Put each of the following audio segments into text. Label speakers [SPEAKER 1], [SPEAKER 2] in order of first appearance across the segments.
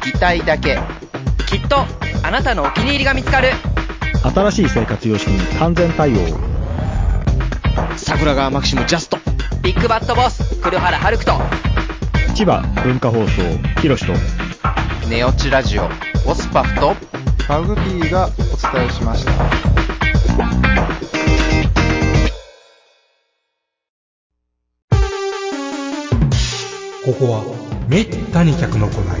[SPEAKER 1] 聞きたいだけきっとあなたのお気に入りが見つかる
[SPEAKER 2] 新しい生活様式に完全対応。
[SPEAKER 3] 桜川マキシムジャスト
[SPEAKER 1] ビッグバットボス黒原遥人
[SPEAKER 2] 千葉文化放送、ひろしと。
[SPEAKER 1] ネオチラジオオスパフと
[SPEAKER 4] マグピーがお伝えしました。
[SPEAKER 5] ここはめったに客の来ない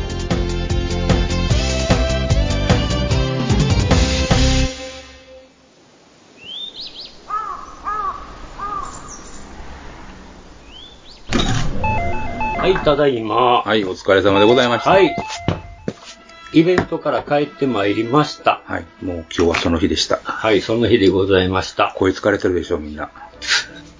[SPEAKER 6] はい、ただいま。
[SPEAKER 7] はい、お疲れ様でございました。
[SPEAKER 6] はい。イベントから帰ってまいりました。
[SPEAKER 7] はい。もう今日はその日でした。
[SPEAKER 6] はい、その日でございました。
[SPEAKER 7] 声疲れてるでしょ、みんな。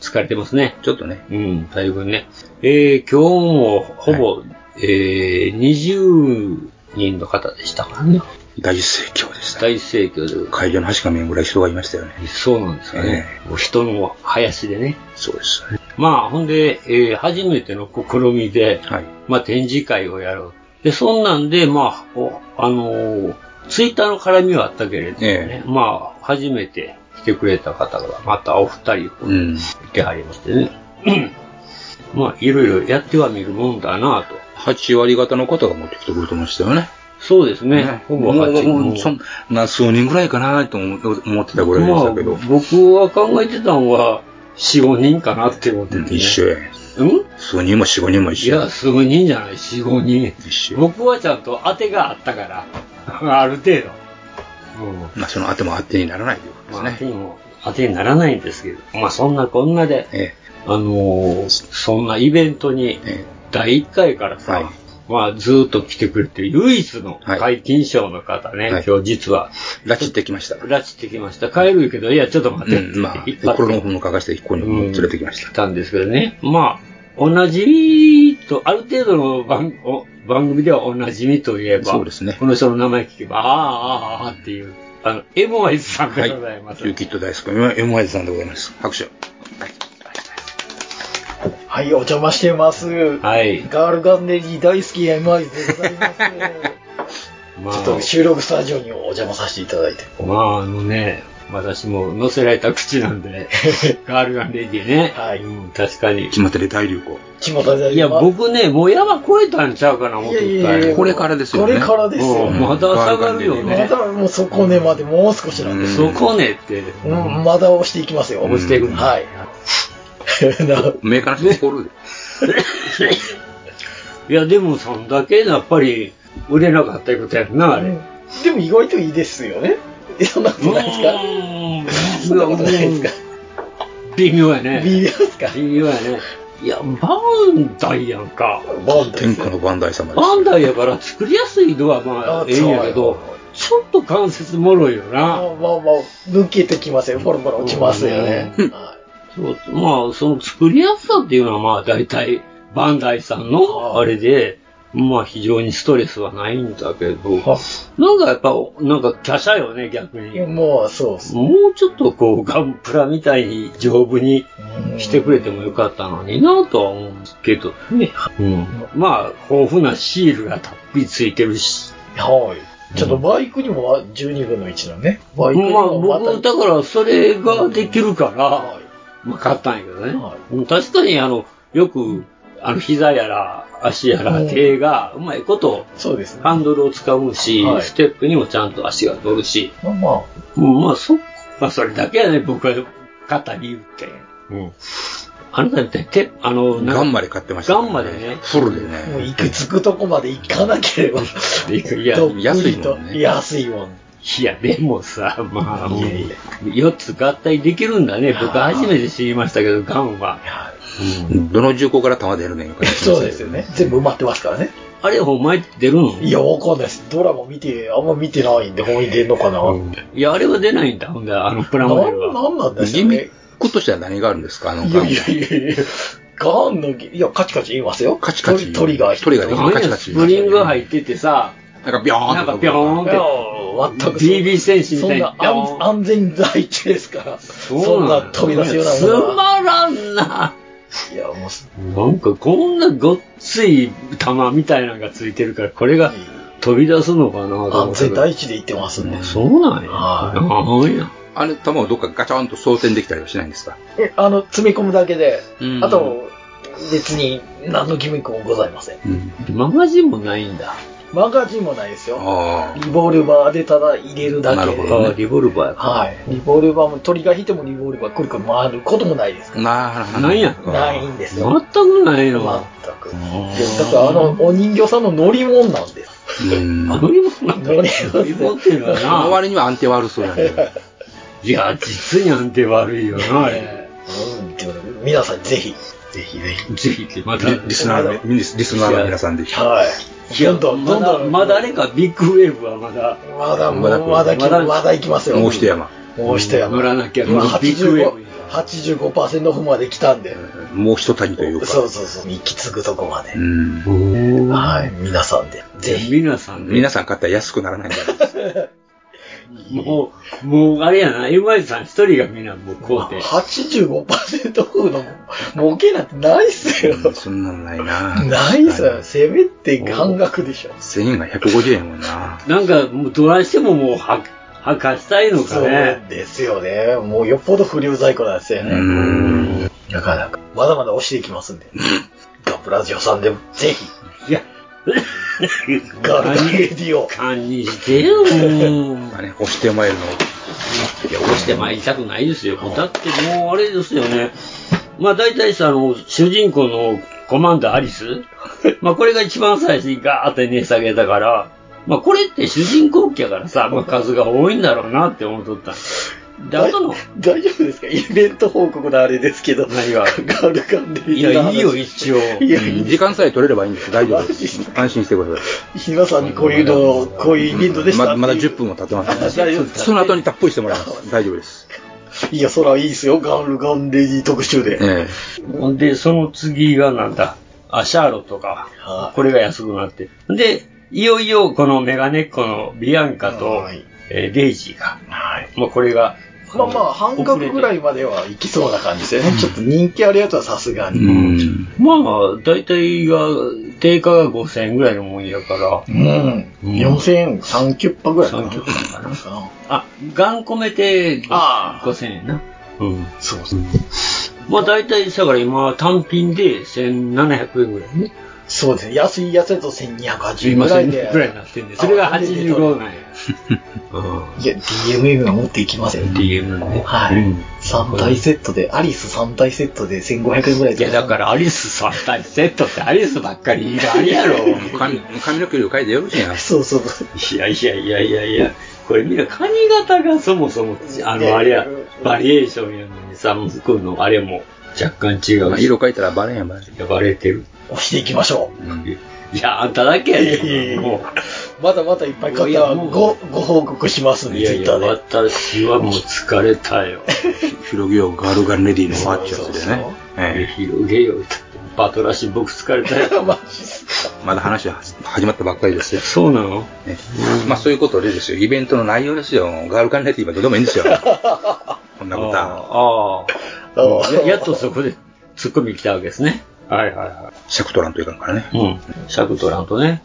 [SPEAKER 6] 疲れてますね。
[SPEAKER 7] ちょっとね。
[SPEAKER 6] うん、だいぶね。えー、今日もほぼ、えー、20人の方でしたからね。
[SPEAKER 7] 大盛況でした。
[SPEAKER 6] 大盛況でございま
[SPEAKER 7] 会場の端か見えんぐらい人がいましたよね。
[SPEAKER 6] す。そうなんですよね。お人の林でね。
[SPEAKER 7] そうです。
[SPEAKER 6] まあ、ほんで、えー、初めての試みで、
[SPEAKER 7] はい。
[SPEAKER 6] まあ、展示会をやろう。で、そんなんで、まあ、おあのーツイッターの絡みはあったけれどもね、
[SPEAKER 7] え
[SPEAKER 6] まあ、初めて来てくれた方が、またお二人
[SPEAKER 7] う
[SPEAKER 6] 来
[SPEAKER 7] ん。
[SPEAKER 6] てはりましてね。まあ、いろいろやってはみるもんだなと。
[SPEAKER 7] 8割方の方が持ってきてくれてましたよね。
[SPEAKER 6] そうですね。ほぼ
[SPEAKER 7] もう
[SPEAKER 6] 8
[SPEAKER 7] もうそんな数人ぐらいかなと思思ってたぐらいで
[SPEAKER 6] ま
[SPEAKER 7] し
[SPEAKER 6] あ
[SPEAKER 7] たけど。、
[SPEAKER 6] 僕は考えてたのは、4、5人かなって思ってて、
[SPEAKER 7] うん
[SPEAKER 6] ね。
[SPEAKER 7] 一緒やん。
[SPEAKER 6] うん
[SPEAKER 7] 数人も4、5人も
[SPEAKER 6] い
[SPEAKER 7] 一緒
[SPEAKER 6] や、数人じゃない、4、5人。
[SPEAKER 7] 一緒。
[SPEAKER 6] 僕はちゃんと当てがあったから、 ある程度。うん
[SPEAKER 7] まあ、その当ても当てにならないということ
[SPEAKER 6] まあ、
[SPEAKER 7] です
[SPEAKER 6] 当て
[SPEAKER 7] ね。
[SPEAKER 6] にも当てにならないんですけど、まあそんなこんなで、
[SPEAKER 7] え
[SPEAKER 6] あのーそんなイベントに
[SPEAKER 7] え、え
[SPEAKER 6] 第1回からさ、
[SPEAKER 7] はい
[SPEAKER 6] まあずーっと来てくれて、唯一の
[SPEAKER 7] はい
[SPEAKER 6] 解禁賞の方ね、
[SPEAKER 7] はい
[SPEAKER 6] 今日実は、
[SPEAKER 7] え。拉致ってきました。
[SPEAKER 6] 拉致ってきました。帰るけど、いや、ちょっと待
[SPEAKER 7] う
[SPEAKER 6] ってって、
[SPEAKER 7] ん、まあ、
[SPEAKER 6] 引っ張っ
[SPEAKER 7] 心
[SPEAKER 6] て
[SPEAKER 7] の本を書かせて、ここに連れてきまし
[SPEAKER 6] 来
[SPEAKER 7] た。
[SPEAKER 6] たんですけどね、まあ、同じみと、ある程度の番お番組ではおなじみといえば、
[SPEAKER 7] そうですね
[SPEAKER 6] この人の名前聞けば、ああ、ああ、ああっていう、あの、エモアイズさん
[SPEAKER 7] は
[SPEAKER 6] で
[SPEAKER 7] い。
[SPEAKER 6] ございます。
[SPEAKER 7] ユーキッド大好き、MY さんでございます。拍手。
[SPEAKER 8] はい、お邪魔してます。
[SPEAKER 6] はい。
[SPEAKER 8] ガールガンデリー大好き MI でござい ます。
[SPEAKER 6] ま
[SPEAKER 8] ちょっと収録スタジオにお邪魔させていただいて。
[SPEAKER 6] あ、まあ、あのね、私も乗せられた口なんで、 ガールガンレディね。
[SPEAKER 8] はい
[SPEAKER 6] うん、確かに。
[SPEAKER 7] 巷で大流行。
[SPEAKER 8] ちまたで
[SPEAKER 6] いや、僕ね、もう山越えたんちゃうかな、思っ
[SPEAKER 8] いやい
[SPEAKER 6] てた
[SPEAKER 8] やいや
[SPEAKER 7] これからですよね
[SPEAKER 8] これからですよ。
[SPEAKER 6] うんまだ下がるよ
[SPEAKER 8] ま
[SPEAKER 6] ね。
[SPEAKER 8] だもうそこねまでもう少しなんです。
[SPEAKER 6] そこねって。
[SPEAKER 8] うん、まだ押していきますよ。
[SPEAKER 6] 押していくの
[SPEAKER 8] はい。 な
[SPEAKER 7] メーカーの人怒るで。
[SPEAKER 6] いや、でも、そんだけ、やっぱり、売れなかったことやんな、あれ。
[SPEAKER 8] でも意外といいですよね。えそんなことないですか
[SPEAKER 6] う
[SPEAKER 8] そんなことないですか
[SPEAKER 6] うん微妙やね。
[SPEAKER 8] 微妙ですか
[SPEAKER 6] 微妙やね。いや、バンダイやんか。
[SPEAKER 8] バンドで
[SPEAKER 7] 天
[SPEAKER 8] す
[SPEAKER 7] 下のバンダイ様です。
[SPEAKER 6] バンダイやから作りやすいのはまあ
[SPEAKER 8] あ
[SPEAKER 6] ええんやけど
[SPEAKER 8] そう、
[SPEAKER 6] ちょっと関節もろいよ
[SPEAKER 8] まあ
[SPEAKER 6] な。
[SPEAKER 8] まあまあ、抜けてきますよ。ボロボロ落ちますよね。はい
[SPEAKER 6] そうまあ、その作りやすさっていうのはまあ大体、バンダイさんのあれで、まあ非常にストレスはないんだけど、
[SPEAKER 8] は
[SPEAKER 6] なんかやっぱ、なんか華奢よね、逆
[SPEAKER 8] いや
[SPEAKER 6] に。
[SPEAKER 8] もうそうです。
[SPEAKER 6] もうちょっとこう、ガンプラみたいに丈夫にしてくれてもよかったのになとは思うんですけどね。うん、まあ、豊富なシールがたっぷりついてるし、
[SPEAKER 8] はい。ちょっとバイクにもあ12分の1のね。バイクに
[SPEAKER 6] まあ
[SPEAKER 8] もまた。
[SPEAKER 6] 僕、だからそれができるから、
[SPEAKER 8] はい
[SPEAKER 6] まあ買ったんやけどね。
[SPEAKER 8] は
[SPEAKER 6] うん確かにあの、よく、あの、膝やら、足やら、
[SPEAKER 8] うん
[SPEAKER 6] 手が、うまいこと、
[SPEAKER 8] そうですね。
[SPEAKER 6] ハンドルを使うし、
[SPEAKER 8] はい
[SPEAKER 6] ステップにもちゃんと足が乗るし、
[SPEAKER 8] まあまあ、
[SPEAKER 6] うんまあそ、まあそれだけやね、僕が買った理由って。うん。あなたって、て、あの、なんか
[SPEAKER 7] ガンまで買ってました、
[SPEAKER 6] ガンまでね
[SPEAKER 7] フルで
[SPEAKER 8] もう
[SPEAKER 7] ね。
[SPEAKER 8] 行くつくとこまで行かなければ、
[SPEAKER 6] いや
[SPEAKER 8] どっぷり
[SPEAKER 7] 安い
[SPEAKER 8] と
[SPEAKER 7] もんね
[SPEAKER 8] 安いもん。
[SPEAKER 6] いや、でもさ、まあ、
[SPEAKER 8] いやいや
[SPEAKER 6] 4つ合体できるんだね。僕初めて知りましたけど、ガンは。
[SPEAKER 7] どの銃口から弾出るねんいう感じ
[SPEAKER 8] そうですよね。全部埋まってますからね。
[SPEAKER 6] あれ、お前出るの
[SPEAKER 8] いや、わかんないです。ドラマ見て、あんま見てないんで、本に出んのかな。
[SPEAKER 6] いや、あれは出ないんだ。ほんで、あのプラモデル
[SPEAKER 8] なん、
[SPEAKER 6] は。
[SPEAKER 8] なんなんです
[SPEAKER 7] ギ
[SPEAKER 8] か
[SPEAKER 7] ミ
[SPEAKER 8] ね
[SPEAKER 7] ッ。クとしては何があるんですかあの
[SPEAKER 8] い
[SPEAKER 7] ガ
[SPEAKER 8] や
[SPEAKER 7] ン
[SPEAKER 8] い。やいやいや。ガンのギ、いや、カチカチ言いますよ。
[SPEAKER 7] カチカチ。
[SPEAKER 8] トリトリガー。
[SPEAKER 7] トリガーで
[SPEAKER 6] なんや
[SPEAKER 7] カチカチ。
[SPEAKER 6] スプリング入っててさ、
[SPEAKER 7] なんかビョーン
[SPEAKER 6] なんかビョーンっ
[SPEAKER 8] いや
[SPEAKER 6] て。
[SPEAKER 8] 全くそ
[SPEAKER 6] BB 戦士み
[SPEAKER 8] そ
[SPEAKER 6] たい
[SPEAKER 8] ん
[SPEAKER 6] に
[SPEAKER 8] な安安全第一ですから、そんな飛び出すようなもの
[SPEAKER 6] つ
[SPEAKER 8] は
[SPEAKER 6] まらんな。
[SPEAKER 8] いや、もうす、
[SPEAKER 6] なんかこんなごっつい玉みたいなのがついてるから、これが飛び出すのかなと思
[SPEAKER 8] 安
[SPEAKER 6] ったけ
[SPEAKER 8] 全
[SPEAKER 6] ど
[SPEAKER 8] 第一で行ってますね。
[SPEAKER 6] そうなんや。
[SPEAKER 8] は
[SPEAKER 6] なんや。
[SPEAKER 7] あれ、弾をどっかガチャンと装填できたりはしないんですか
[SPEAKER 8] えあの、詰め込むだけで
[SPEAKER 7] う、ん
[SPEAKER 8] あと、別に何のギミックもございません。
[SPEAKER 7] うん。
[SPEAKER 6] マガジンもないんだ。
[SPEAKER 8] マガジンもないですよ。
[SPEAKER 7] あ
[SPEAKER 8] リボルバーでただ入れるだけ
[SPEAKER 7] なる
[SPEAKER 8] で。
[SPEAKER 7] ほ
[SPEAKER 6] あ
[SPEAKER 7] どね
[SPEAKER 6] ーリボルバーやか
[SPEAKER 8] はい。リボルバーも、鳥が引いてもリボルバーくるくる回ることもないです
[SPEAKER 7] あ。なるほど。
[SPEAKER 6] なんや
[SPEAKER 8] ないんです
[SPEAKER 6] 全
[SPEAKER 8] よ。
[SPEAKER 6] くない
[SPEAKER 8] 全
[SPEAKER 6] の。
[SPEAKER 8] く。でだから、あの、お人形さんの乗り物なんです。
[SPEAKER 7] うん。
[SPEAKER 6] 乗り物なんだ
[SPEAKER 8] 乗り
[SPEAKER 6] 乗り物っていうのは
[SPEAKER 7] あ
[SPEAKER 6] な。
[SPEAKER 7] 割には安定悪そうやね。
[SPEAKER 6] いや、実に安定悪いよな。ぜ
[SPEAKER 8] うん、っていうことで皆さんぜひ、ぜひぜひ。
[SPEAKER 6] ひって、また。
[SPEAKER 7] リリスナーの、リスリスナーの皆さんで。
[SPEAKER 8] はい。
[SPEAKER 6] いや
[SPEAKER 8] どんど
[SPEAKER 6] ま
[SPEAKER 8] ん、どん
[SPEAKER 6] だ、
[SPEAKER 8] どん、
[SPEAKER 6] まだあれか、ビッグウェーブはまだ。
[SPEAKER 8] まだ、
[SPEAKER 7] ま
[SPEAKER 8] ま
[SPEAKER 7] だ
[SPEAKER 8] だ、まだ、
[SPEAKER 6] まだ
[SPEAKER 8] まだ行きますよ。
[SPEAKER 7] もう一。山。
[SPEAKER 8] もう一山。
[SPEAKER 6] 乗らなきゃ
[SPEAKER 8] 今、
[SPEAKER 6] ビッグウェーブ
[SPEAKER 8] 85 85%オフまで来たんで。
[SPEAKER 7] もう一谷というか。
[SPEAKER 8] そうそうそう。行き継ぐとこまで
[SPEAKER 7] う。ん。
[SPEAKER 8] はい。皆さんで。ぜひ。
[SPEAKER 6] 皆さんね、
[SPEAKER 7] 皆さん買ったら安くならないんじゃないですか。
[SPEAKER 6] もう、もうあれやな、MY さん一人がみんなもうこうて。
[SPEAKER 8] 85%オフの儲けなんてないっすよ。
[SPEAKER 7] そんなのないな。
[SPEAKER 8] ないっす
[SPEAKER 7] は
[SPEAKER 8] よ。せめて半額でしょ。
[SPEAKER 7] 1000円が150円もんな。
[SPEAKER 6] なんか、もうどうしてももう、は、はかしたいのか
[SPEAKER 8] そう
[SPEAKER 6] ね。
[SPEAKER 8] ですよね。もうよっぽど不良在庫なんですよ
[SPEAKER 7] う
[SPEAKER 8] ね。
[SPEAKER 7] ん。
[SPEAKER 8] なかなか。まだまだ押していきますんで。ガプラジオさんでもぜひ、
[SPEAKER 6] いや、
[SPEAKER 8] ガルダレディオ。
[SPEAKER 6] 勘にしてよ、もう
[SPEAKER 7] まあね、押してまいるの。
[SPEAKER 6] いや、押して参りたくないですよ。だってもうあれですよね。まあ大体さ、あの、主人公のコマンドアリス。まあこれが一番最初にガーって値下げたから、まあこれって主人公機やからさ、まあ数が多いんだろうなって思っとった。で、あとの、
[SPEAKER 8] 大丈夫ですかイベント報告のあれですけど。
[SPEAKER 6] 何が
[SPEAKER 8] ガルガンレディオ。
[SPEAKER 6] いや、いいよ、一応。
[SPEAKER 8] いや、いい
[SPEAKER 7] 時間さえ取れればいいんです。大丈夫です。安心してくださ
[SPEAKER 8] 今さんにこういうの、こういうイベントで
[SPEAKER 7] い。
[SPEAKER 8] したっ
[SPEAKER 7] ま
[SPEAKER 8] ていう。
[SPEAKER 7] まだ10分も経ってません。
[SPEAKER 8] 大丈夫です
[SPEAKER 7] その後にたっぷりしてもらいます。大丈夫です。
[SPEAKER 8] いや、そらいいですよ。ガルガンレディ特集で。
[SPEAKER 7] ええ。
[SPEAKER 6] ほんで、その次がなんだ。あ、シャーロットか
[SPEAKER 8] はい。
[SPEAKER 6] これが安くなって。で、いよいよこのメガネっ子のビアンカと
[SPEAKER 8] はい、
[SPEAKER 6] えーデイジーが。
[SPEAKER 8] はい。
[SPEAKER 6] まあこれが、
[SPEAKER 8] まあまあ、半額ぐらいまでは行きそうな感じですよね。ちょっと人気あるやつはさすが
[SPEAKER 7] う
[SPEAKER 8] に。
[SPEAKER 7] ん。
[SPEAKER 6] まあまあ、大体が、定価が5000円ぐらいのもんやから、
[SPEAKER 8] うん。4000円、3キュッパぐらいかな。
[SPEAKER 6] 3キュッパかな
[SPEAKER 8] うん
[SPEAKER 6] あ、ガン込めて
[SPEAKER 8] ああ
[SPEAKER 6] 5000円な。うん。
[SPEAKER 8] そうそう。
[SPEAKER 6] まあ大体、だから今、単品で1700円ぐらいね。
[SPEAKER 8] そうですね。安いやつだと1280円
[SPEAKER 6] 今
[SPEAKER 8] ぐらい
[SPEAKER 6] 1000
[SPEAKER 8] で。
[SPEAKER 6] ぐらいになってんで、それが85なんや。う
[SPEAKER 8] いや、DMM が持っていきますよ。
[SPEAKER 6] ん。DM なんで。
[SPEAKER 8] はい
[SPEAKER 6] うん。
[SPEAKER 8] 3体セットで、アリス3体セットで1500円ぐらい。
[SPEAKER 6] いや、だかららアリス3体セットってアリスばっかりいるあれやろ。
[SPEAKER 7] 髪髪の毛量変えてよろしいやん。
[SPEAKER 8] そうそうそう。
[SPEAKER 6] いやいやいやいやいや、これみんな髪型がそもそも、あの、あれや、バリエーションやのにさ、服のあれも若干違
[SPEAKER 7] ま
[SPEAKER 6] う
[SPEAKER 7] あ
[SPEAKER 6] し、
[SPEAKER 7] 色変えたらバレんやん、バレん。
[SPEAKER 6] 呼ばれてる。
[SPEAKER 8] 押していきましょ
[SPEAKER 6] いや、あんただけや
[SPEAKER 8] いやい
[SPEAKER 6] で、
[SPEAKER 8] やいや
[SPEAKER 6] も
[SPEAKER 8] う。まだまだいっぱい買っ
[SPEAKER 6] い
[SPEAKER 8] た
[SPEAKER 6] や
[SPEAKER 8] ら
[SPEAKER 6] もう
[SPEAKER 8] ご、ご報告します
[SPEAKER 6] う。
[SPEAKER 8] ね、
[SPEAKER 6] いやいや、
[SPEAKER 8] Twitter で。
[SPEAKER 6] 私はもう疲れたよ。
[SPEAKER 7] 広げよう、ガルガンレディのファッチャーでね。ええ
[SPEAKER 6] 広げようって。バトラシ僕疲れたよ。
[SPEAKER 8] マジっすか
[SPEAKER 7] まだ話は始まったばっかりですよ。
[SPEAKER 6] そうなの
[SPEAKER 7] ねまあそういうことでですよ、イベントの内容ですよ。ガールカンレディはどうでもいいん ですよ。こんなことは。
[SPEAKER 6] ああ。
[SPEAKER 8] ああ
[SPEAKER 6] ややっとそこで突っ込み来たわけですね。はいはいは
[SPEAKER 7] シャクトランといかんからね。
[SPEAKER 6] い。うん。シャクトランとね。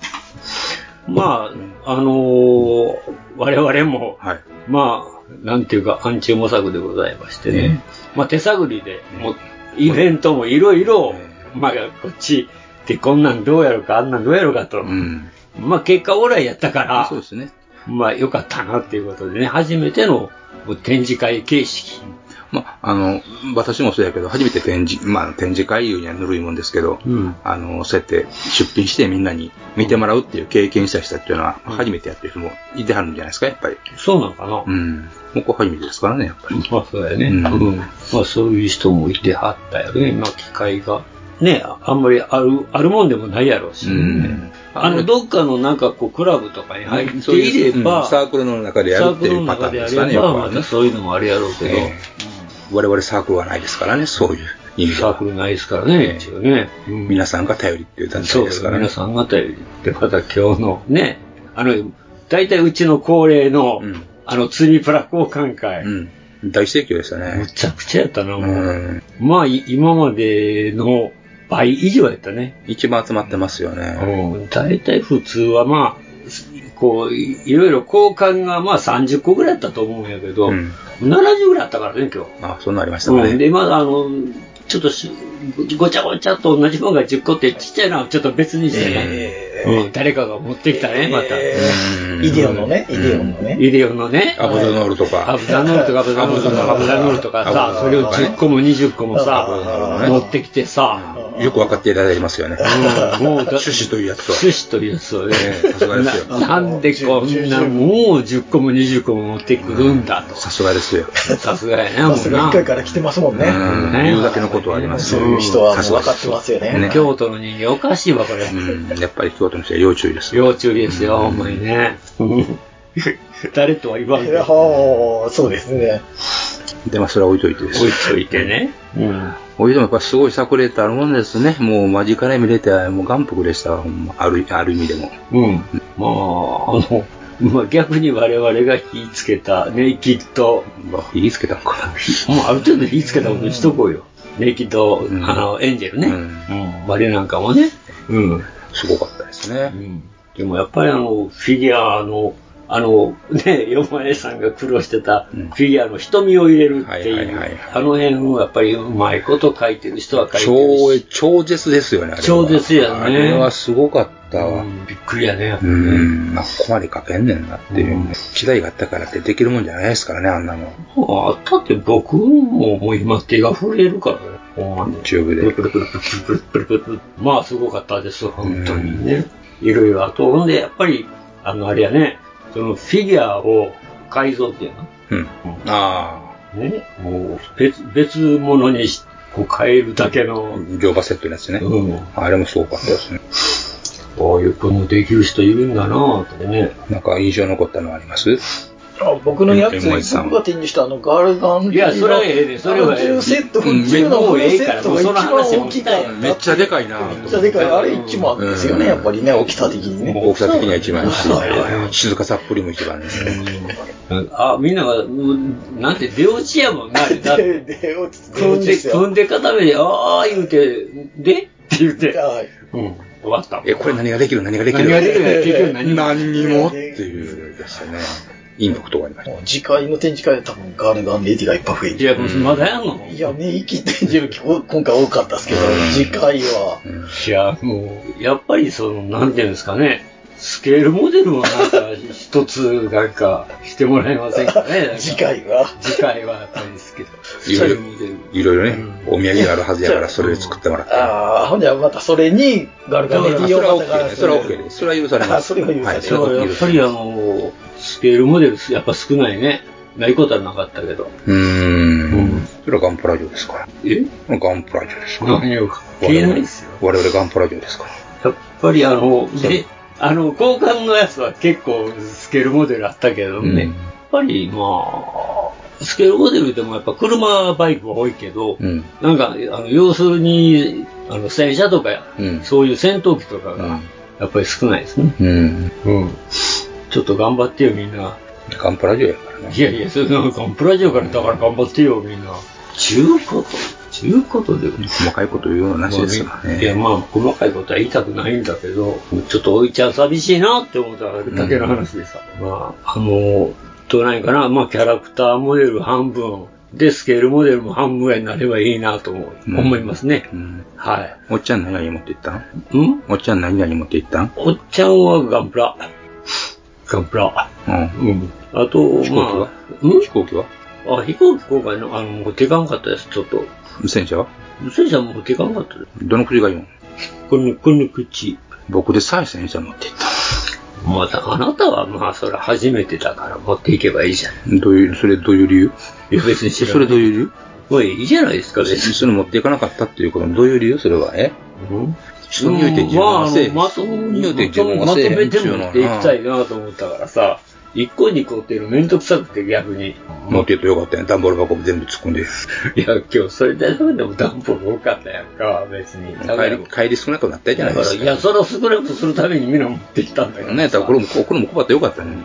[SPEAKER 6] まあ、あのー我々も、
[SPEAKER 7] はい。
[SPEAKER 6] まあ、なんていうか、暗中模索でございましてね。まあ、手探りで、もう、イベントもいろいろ
[SPEAKER 7] ね、
[SPEAKER 6] まあ、こっちでこんなんどうやるか、あんなんどうやるかと。
[SPEAKER 7] うん。
[SPEAKER 6] まあ、結果オーライやったから
[SPEAKER 7] そう、ですね。
[SPEAKER 6] まあ、よかったなっていうことでね、初めてのもう展示会形式。
[SPEAKER 7] まあ、あの、私もそうやけど、初めて展示、まあ、展示会いうにはぬるいもんですけど、
[SPEAKER 6] うん
[SPEAKER 7] あの、そうやって出品してみんなに見てもらうっていう経験した人っていうのは、初めてやってる人もいてはるんじゃないですか、やっぱり。
[SPEAKER 6] そうなんかな。
[SPEAKER 7] うん。僕初めてですからね、やっぱり。
[SPEAKER 6] まあそうやね。
[SPEAKER 7] うん
[SPEAKER 6] うん。まあそういう人もいてはったよね。まあ機会が。ね、ああんまりある、あるもんでもないやろうし。
[SPEAKER 7] うん
[SPEAKER 6] あの、どっかのなんかこう、クラブとかに入って
[SPEAKER 7] そう
[SPEAKER 6] い
[SPEAKER 7] いう
[SPEAKER 6] れば、
[SPEAKER 7] うんサークルの中でやるっていうパターンですかね、
[SPEAKER 6] サークルの中でやれば
[SPEAKER 7] やっぱ
[SPEAKER 6] ま
[SPEAKER 7] り
[SPEAKER 6] た
[SPEAKER 7] ね。
[SPEAKER 6] そういうのもあれやろうけど、
[SPEAKER 7] ええ我々サークルはないですからね、そういう意味で
[SPEAKER 6] サー
[SPEAKER 7] は
[SPEAKER 6] ク。ルないですからね、一応ね。うん
[SPEAKER 7] 皆さんが頼りっていう団
[SPEAKER 6] そ
[SPEAKER 7] 体
[SPEAKER 6] う
[SPEAKER 7] で
[SPEAKER 6] です
[SPEAKER 7] す
[SPEAKER 6] か、
[SPEAKER 7] かららね
[SPEAKER 6] 皆。さん方よりって方、今日のね、あの、大体うちの恒例の、
[SPEAKER 7] うん
[SPEAKER 6] あの、釣りプラ交換会、
[SPEAKER 7] うん。大盛況でした
[SPEAKER 6] む
[SPEAKER 7] ね。
[SPEAKER 6] ちゃくちゃやったな、もう。
[SPEAKER 7] うん。
[SPEAKER 6] まあ、い今までの倍以上やったね。
[SPEAKER 7] 一番集まってますよね。
[SPEAKER 6] うん。大体普通はまあ、すこう、いいろいろ交換がまあ30個ぐらいやったと思うんやけど、
[SPEAKER 7] うん
[SPEAKER 6] 70ぐらいあったからね、今日。
[SPEAKER 7] あ、そんなんありました
[SPEAKER 6] うん、
[SPEAKER 7] ね。
[SPEAKER 6] で、まだあの、ちょっとしごちゃごちゃと同じものが10個ってちっちゃいのはちょっと別にしてね、うん、誰かが持ってきたね、また。
[SPEAKER 7] うん
[SPEAKER 8] イデオンのね、イデオンのね。
[SPEAKER 6] イデオンのね、
[SPEAKER 7] アブドノールと
[SPEAKER 6] ア
[SPEAKER 7] か。
[SPEAKER 6] ブダノールとかアブダノールとかアブダノールとかさ、それを10個も20個もさ、持ってきてさ、
[SPEAKER 7] よく分かっていただきますよね。
[SPEAKER 6] うんもうだ
[SPEAKER 7] 趣旨というやつ
[SPEAKER 6] 趣
[SPEAKER 7] は。
[SPEAKER 6] 旨というやつをね
[SPEAKER 7] ええさすがですよ
[SPEAKER 6] ななんでこんなもう10個も20個も持ってくるんだと。
[SPEAKER 7] さすがですよ。
[SPEAKER 6] さすがやな、も
[SPEAKER 8] さす
[SPEAKER 6] う
[SPEAKER 8] が
[SPEAKER 6] な
[SPEAKER 8] 一。回から来てますもんね。
[SPEAKER 7] うん。
[SPEAKER 6] ね
[SPEAKER 7] 言うだけのことはあります
[SPEAKER 8] そ
[SPEAKER 7] よ
[SPEAKER 8] ういう人は
[SPEAKER 7] さ
[SPEAKER 8] もう
[SPEAKER 7] すが
[SPEAKER 8] 分
[SPEAKER 7] で
[SPEAKER 8] かって
[SPEAKER 7] す
[SPEAKER 8] ますよね。
[SPEAKER 7] ね
[SPEAKER 6] 京都の人間おかしいわ、これ。
[SPEAKER 7] うん。やっぱり京都の人は要注意です。
[SPEAKER 6] 要注意ですよ、ほんまにね。 誰とは言わん
[SPEAKER 8] い
[SPEAKER 6] けど
[SPEAKER 8] やほうそうですね。
[SPEAKER 7] で、まあ、それは置いといてです
[SPEAKER 6] 置い。といてね。うん。
[SPEAKER 7] おいでもやっぱすごい作例ってあるもんですね。もう間近で見れて、もう眼福でしたわ、ほんま。ある、ある意味でも。
[SPEAKER 6] うん。まあ、あの、まあ、逆に我々が火つけたネイキッド、
[SPEAKER 7] うわ言いつけたんか
[SPEAKER 6] もうある程度火つけたことにしとこうよ。ネイキッド、
[SPEAKER 7] ん
[SPEAKER 6] あの、エンジェルね。
[SPEAKER 7] う
[SPEAKER 6] うん。我なんかもね。うん。
[SPEAKER 7] な。すごかったですね。
[SPEAKER 6] でもやっぱりあの、フィギュアの、あの、ね、よまえさんが苦労してたフ
[SPEAKER 7] うん
[SPEAKER 6] ィギュアの瞳を入れるって
[SPEAKER 7] はい
[SPEAKER 6] い
[SPEAKER 7] は
[SPEAKER 6] う
[SPEAKER 7] いはいはい、
[SPEAKER 6] あの辺をやっぱりうまいこと書いてる人は書いてるし。
[SPEAKER 7] 超、超絶ですよね、あれは。
[SPEAKER 6] 超絶やね
[SPEAKER 7] あれはすごかった
[SPEAKER 6] う
[SPEAKER 7] わ。
[SPEAKER 6] んびっくりやね。。
[SPEAKER 7] うん。まあ、ここまで書けんねんなっていううん時代があったからってできるもんじゃないですからね、あんなの。
[SPEAKER 6] あったって僕ももう今手が震えるからね。
[SPEAKER 7] チューブ
[SPEAKER 6] プルプ。
[SPEAKER 7] で
[SPEAKER 6] ルプルプルプルプルプル。まあすごかったです、本当にね。いろいろあと、ほんでやっぱり、あのあれやね、そのフィギュアを改造っていうの
[SPEAKER 7] うん。あ
[SPEAKER 6] ね、もう別別物にしこう変えるだけ
[SPEAKER 7] あ
[SPEAKER 6] の、、
[SPEAKER 7] 乗馬セットのやつね。
[SPEAKER 6] うん、
[SPEAKER 7] あれもすごかったですね。
[SPEAKER 6] こういうこともできる人いるんだなぁってね。
[SPEAKER 7] なんか印象残ったのあります
[SPEAKER 8] あ僕のやつ、
[SPEAKER 7] うん
[SPEAKER 8] 僕が手にしたあのガールガン
[SPEAKER 6] いやそれはええでそれはええで
[SPEAKER 8] あの銃セット、
[SPEAKER 7] うん
[SPEAKER 8] 銃の
[SPEAKER 6] もうええ
[SPEAKER 8] セ
[SPEAKER 6] から
[SPEAKER 8] ットが一番大きかっ
[SPEAKER 6] もうその話
[SPEAKER 8] た。
[SPEAKER 6] も
[SPEAKER 7] めっちゃでかいな
[SPEAKER 8] めっちゃでかい。あれ一番ですよね、
[SPEAKER 7] うん
[SPEAKER 8] やっぱりね、大きさ的にね。
[SPEAKER 7] 大きさ的には一番いい
[SPEAKER 6] そ
[SPEAKER 7] し
[SPEAKER 6] うや、
[SPEAKER 7] 静かさっぷりも一番ですね。
[SPEAKER 6] あ、みんなが、うんなんて出落ちやもんな、あれだって
[SPEAKER 8] で、で、落ち着
[SPEAKER 6] 組んで、
[SPEAKER 8] ですよ
[SPEAKER 6] 組んで固めで、ああ言うて、でって言うて、
[SPEAKER 8] はい
[SPEAKER 6] うん、終わった。
[SPEAKER 7] え、これ何ができる何ができる
[SPEAKER 6] 何が出るや、結局何が。
[SPEAKER 7] 何にもっていうですね。インパクトがありまし
[SPEAKER 8] もう次回の展示会で多分ガールガンレディがいっぱい増え
[SPEAKER 6] い
[SPEAKER 8] て
[SPEAKER 6] や、もうまだやんの
[SPEAKER 8] いや、ね、息って展示今今回多かったですけど、次回は。
[SPEAKER 6] いや、もう、やっぱりその、なんていうんですかね、スケールモデルをなんか、一つ、なんか、してもらえませんかね。 なんか
[SPEAKER 8] 次。回は。
[SPEAKER 6] 次回はやっぱりですけど、
[SPEAKER 7] た。い
[SPEAKER 6] スケー
[SPEAKER 7] ろい
[SPEAKER 6] ル
[SPEAKER 7] ろ
[SPEAKER 6] モデル。
[SPEAKER 7] いろいろね、お土産があるはずやから、それで作ってもらった。
[SPEAKER 8] ああ、ほんじゃまたそれにガールガンレデ
[SPEAKER 7] そ
[SPEAKER 8] ィ
[SPEAKER 7] れ
[SPEAKER 8] を
[SPEAKER 7] は
[SPEAKER 8] また
[SPEAKER 7] OK
[SPEAKER 8] ガ
[SPEAKER 7] です。それは OK
[SPEAKER 8] ール
[SPEAKER 7] です。それは許されま
[SPEAKER 8] あ
[SPEAKER 7] す。
[SPEAKER 8] それは許される
[SPEAKER 7] はい、そ
[SPEAKER 6] だ
[SPEAKER 7] れ
[SPEAKER 6] から
[SPEAKER 7] は
[SPEAKER 6] やっ
[SPEAKER 7] 許
[SPEAKER 6] ぱ
[SPEAKER 7] され
[SPEAKER 6] り
[SPEAKER 7] ま
[SPEAKER 6] あの、スケールモデル、やっぱ少ないね。ないことはなかったけど。
[SPEAKER 7] す。うー
[SPEAKER 6] うん
[SPEAKER 7] ん。それはガンプラ城ですから。
[SPEAKER 6] え
[SPEAKER 7] ガンプラ城ですから。
[SPEAKER 6] 何を消えないですよ。
[SPEAKER 7] 我々ガンプラ城ですか
[SPEAKER 6] や
[SPEAKER 7] ら。
[SPEAKER 6] っぱりあの、ね、あの、交換のやつは結構スケールモデルあったけどね、
[SPEAKER 7] うん
[SPEAKER 6] やっぱりまあ、スケールモデルでもやっぱ車、バイクは多いけど、
[SPEAKER 7] うん。
[SPEAKER 6] なんか、あの、要するに、あの、戦車とか、
[SPEAKER 7] うん
[SPEAKER 6] そういう戦闘機とかが、やっぱり少ないですね。
[SPEAKER 7] うん。
[SPEAKER 6] うん。ちょっと頑張ってよ、みんな。
[SPEAKER 7] ガンプラ城やからね。
[SPEAKER 6] いやいや、それなんか、プラジオからだから頑張ってよ、みんな。ちゅうことちゅうことで。
[SPEAKER 7] 細かいこと言うような話ですから
[SPEAKER 6] いや、
[SPEAKER 7] ね。
[SPEAKER 6] まあ、細かいことは言いたくないんだけど、ちょっとおいちゃん寂しいなって思っただけの話でさ。まあ、あの、どうないかな、まあ、キャラクターモデル半分、で、スケールモデルも半分ぐらいになればいいなと思う、
[SPEAKER 7] うん
[SPEAKER 6] 思いますね。
[SPEAKER 7] うん。
[SPEAKER 6] は
[SPEAKER 7] おっちゃん何々持って行ったん
[SPEAKER 6] い。ん
[SPEAKER 7] おっちゃん何々持って行ったん
[SPEAKER 6] おっちゃんはガンプラ。ガンプラ。
[SPEAKER 7] うん。
[SPEAKER 6] うん。あと、
[SPEAKER 7] 飛行機
[SPEAKER 6] ま
[SPEAKER 7] は
[SPEAKER 6] あ、ん
[SPEAKER 7] 飛行機は
[SPEAKER 6] あ、飛行機今回の、あの、持っていかんかったです、ちょっと。
[SPEAKER 7] 無線車は
[SPEAKER 6] 戦車も持っていかんかったです。
[SPEAKER 7] どの国が言うん
[SPEAKER 6] この、この口。
[SPEAKER 7] 僕でさえ戦車乗ってった。
[SPEAKER 6] また、あなたはまあ、それ初めてだから持っていけばいいじゃん。
[SPEAKER 7] どういう、それどういう理由
[SPEAKER 6] いや、別に知ら
[SPEAKER 7] それどう
[SPEAKER 6] う。
[SPEAKER 7] いう
[SPEAKER 6] まあ、いいじゃないですか、
[SPEAKER 7] 理由
[SPEAKER 6] 別に。
[SPEAKER 7] それ持っていかなかったっていうことのどういう理由それは、え
[SPEAKER 6] うん
[SPEAKER 7] 人によって自分がせえへん。
[SPEAKER 6] まあ、まと
[SPEAKER 7] 人によって自分
[SPEAKER 6] ま
[SPEAKER 7] が
[SPEAKER 6] と
[SPEAKER 7] せえへん
[SPEAKER 6] めて
[SPEAKER 7] っちゅうの
[SPEAKER 6] 持っ
[SPEAKER 7] はな
[SPEAKER 6] ていきたいなと思ったからさ、一個二個っていうのめんどくさくて逆に。
[SPEAKER 7] 持っていくとよかったよ。段ボール箱も全部突っ込んで。
[SPEAKER 6] いや、今日それででもダンボール多かったやんか、別に。
[SPEAKER 7] 帰り、帰り少なくなったじゃないです
[SPEAKER 6] い
[SPEAKER 7] か。
[SPEAKER 6] や、それを少なくするためにみんな持ってきたんだけど。
[SPEAKER 7] なんやったらこれも、これも配ってよかったね。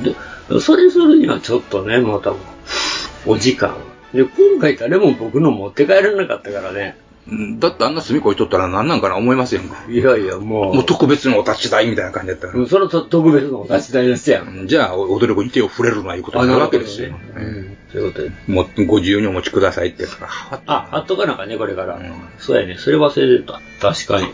[SPEAKER 6] うん。で、それするにはちょっとね、また、お時間。で、今回誰も僕の持って帰らなかったからね。
[SPEAKER 7] うんだってあんな隅っこ置いとったら何なんかな思いますやんか。
[SPEAKER 6] いやいや、もう。
[SPEAKER 7] もう特別のお立ち台みたいな感じだったから
[SPEAKER 6] うんそれは特別のお立ち台ですやん。
[SPEAKER 7] うんじゃあ、お努力に手を触れるのはいいことになるわけですよ。
[SPEAKER 6] あなるほどねうん。そういうことで。
[SPEAKER 7] もうご自由にお持ちくださいってやつから、はっ
[SPEAKER 6] あ、貼っとかなあかんね、これから。
[SPEAKER 7] うん
[SPEAKER 6] そうやね、それ忘れてた。確かに。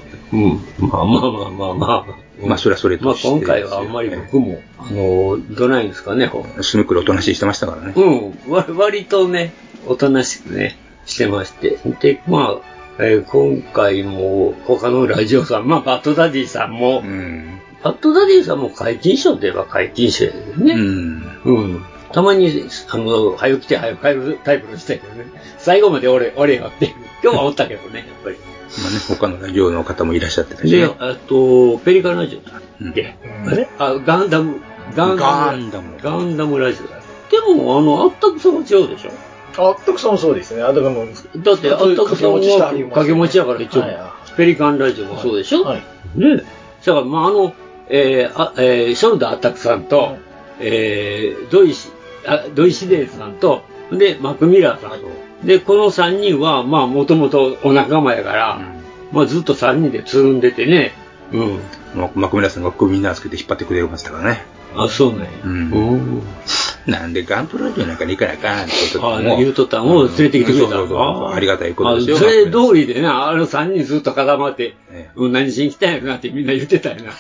[SPEAKER 6] うん。まあまあまあまあまあ。うん
[SPEAKER 7] まあそれはそれと
[SPEAKER 6] まあ
[SPEAKER 7] して
[SPEAKER 6] 今回はあんまり僕も、あの、どないんですかね、こう。
[SPEAKER 7] 隅っこでおとなしいしてましたからね。
[SPEAKER 6] うん、わ割とね、おとなしくね、してまして。で、まあ、えー今回も、他のラジオさん、まあ、バッドダディさんも、
[SPEAKER 7] うん。
[SPEAKER 6] バッドダディさんも解禁賞といえば解禁賞やよ
[SPEAKER 7] う
[SPEAKER 6] ね。
[SPEAKER 7] ん。
[SPEAKER 6] うん。たまに、あの、早起きて早く帰るタイプの人やけどね。最後まで俺、俺よって。今日はおったけどね、やっぱり。
[SPEAKER 7] まあね、他のラジオの方もいらっしゃってたしね
[SPEAKER 6] で、あと、ペリカンラジオだっけ、
[SPEAKER 8] うん
[SPEAKER 6] あれあ、ガンダム、ガンダム、
[SPEAKER 7] ガンダム
[SPEAKER 6] ガンダムラジオだ。でも、あの、あったくさんは違うでしょ
[SPEAKER 8] あっとくさんもそうですね。あっとくさんも。
[SPEAKER 6] だって、あったくさんは掛け持ちやから一応
[SPEAKER 8] はいは、
[SPEAKER 6] ペリカンラジオもそうでしょ、
[SPEAKER 8] はい。
[SPEAKER 6] ねだから、まあ、あの、えーあえーショルダーあったくさんと、えードイシ、あドイシデーさんと、で、マクミラーさんと。で、この3人は、まあ、もともとお仲間やから、まあ、ずっと3人でつるんでてね、うん。
[SPEAKER 7] まマクミラさんが首になつけて引っ張ってくれましたからね。
[SPEAKER 6] あ、そうなんや。
[SPEAKER 7] うん
[SPEAKER 6] うん
[SPEAKER 7] なんでガンプラジオなんかに行かなあかんってこと
[SPEAKER 6] あ
[SPEAKER 7] でも
[SPEAKER 6] 言うとったんを連れてきてくれた
[SPEAKER 7] うんそうそうそうありがたいことです
[SPEAKER 6] あ
[SPEAKER 7] よ。
[SPEAKER 6] それ通りでな、あの3人ずっと固まって、
[SPEAKER 7] ええ
[SPEAKER 6] うん何しに来たんやろなってみんな言ってたよな。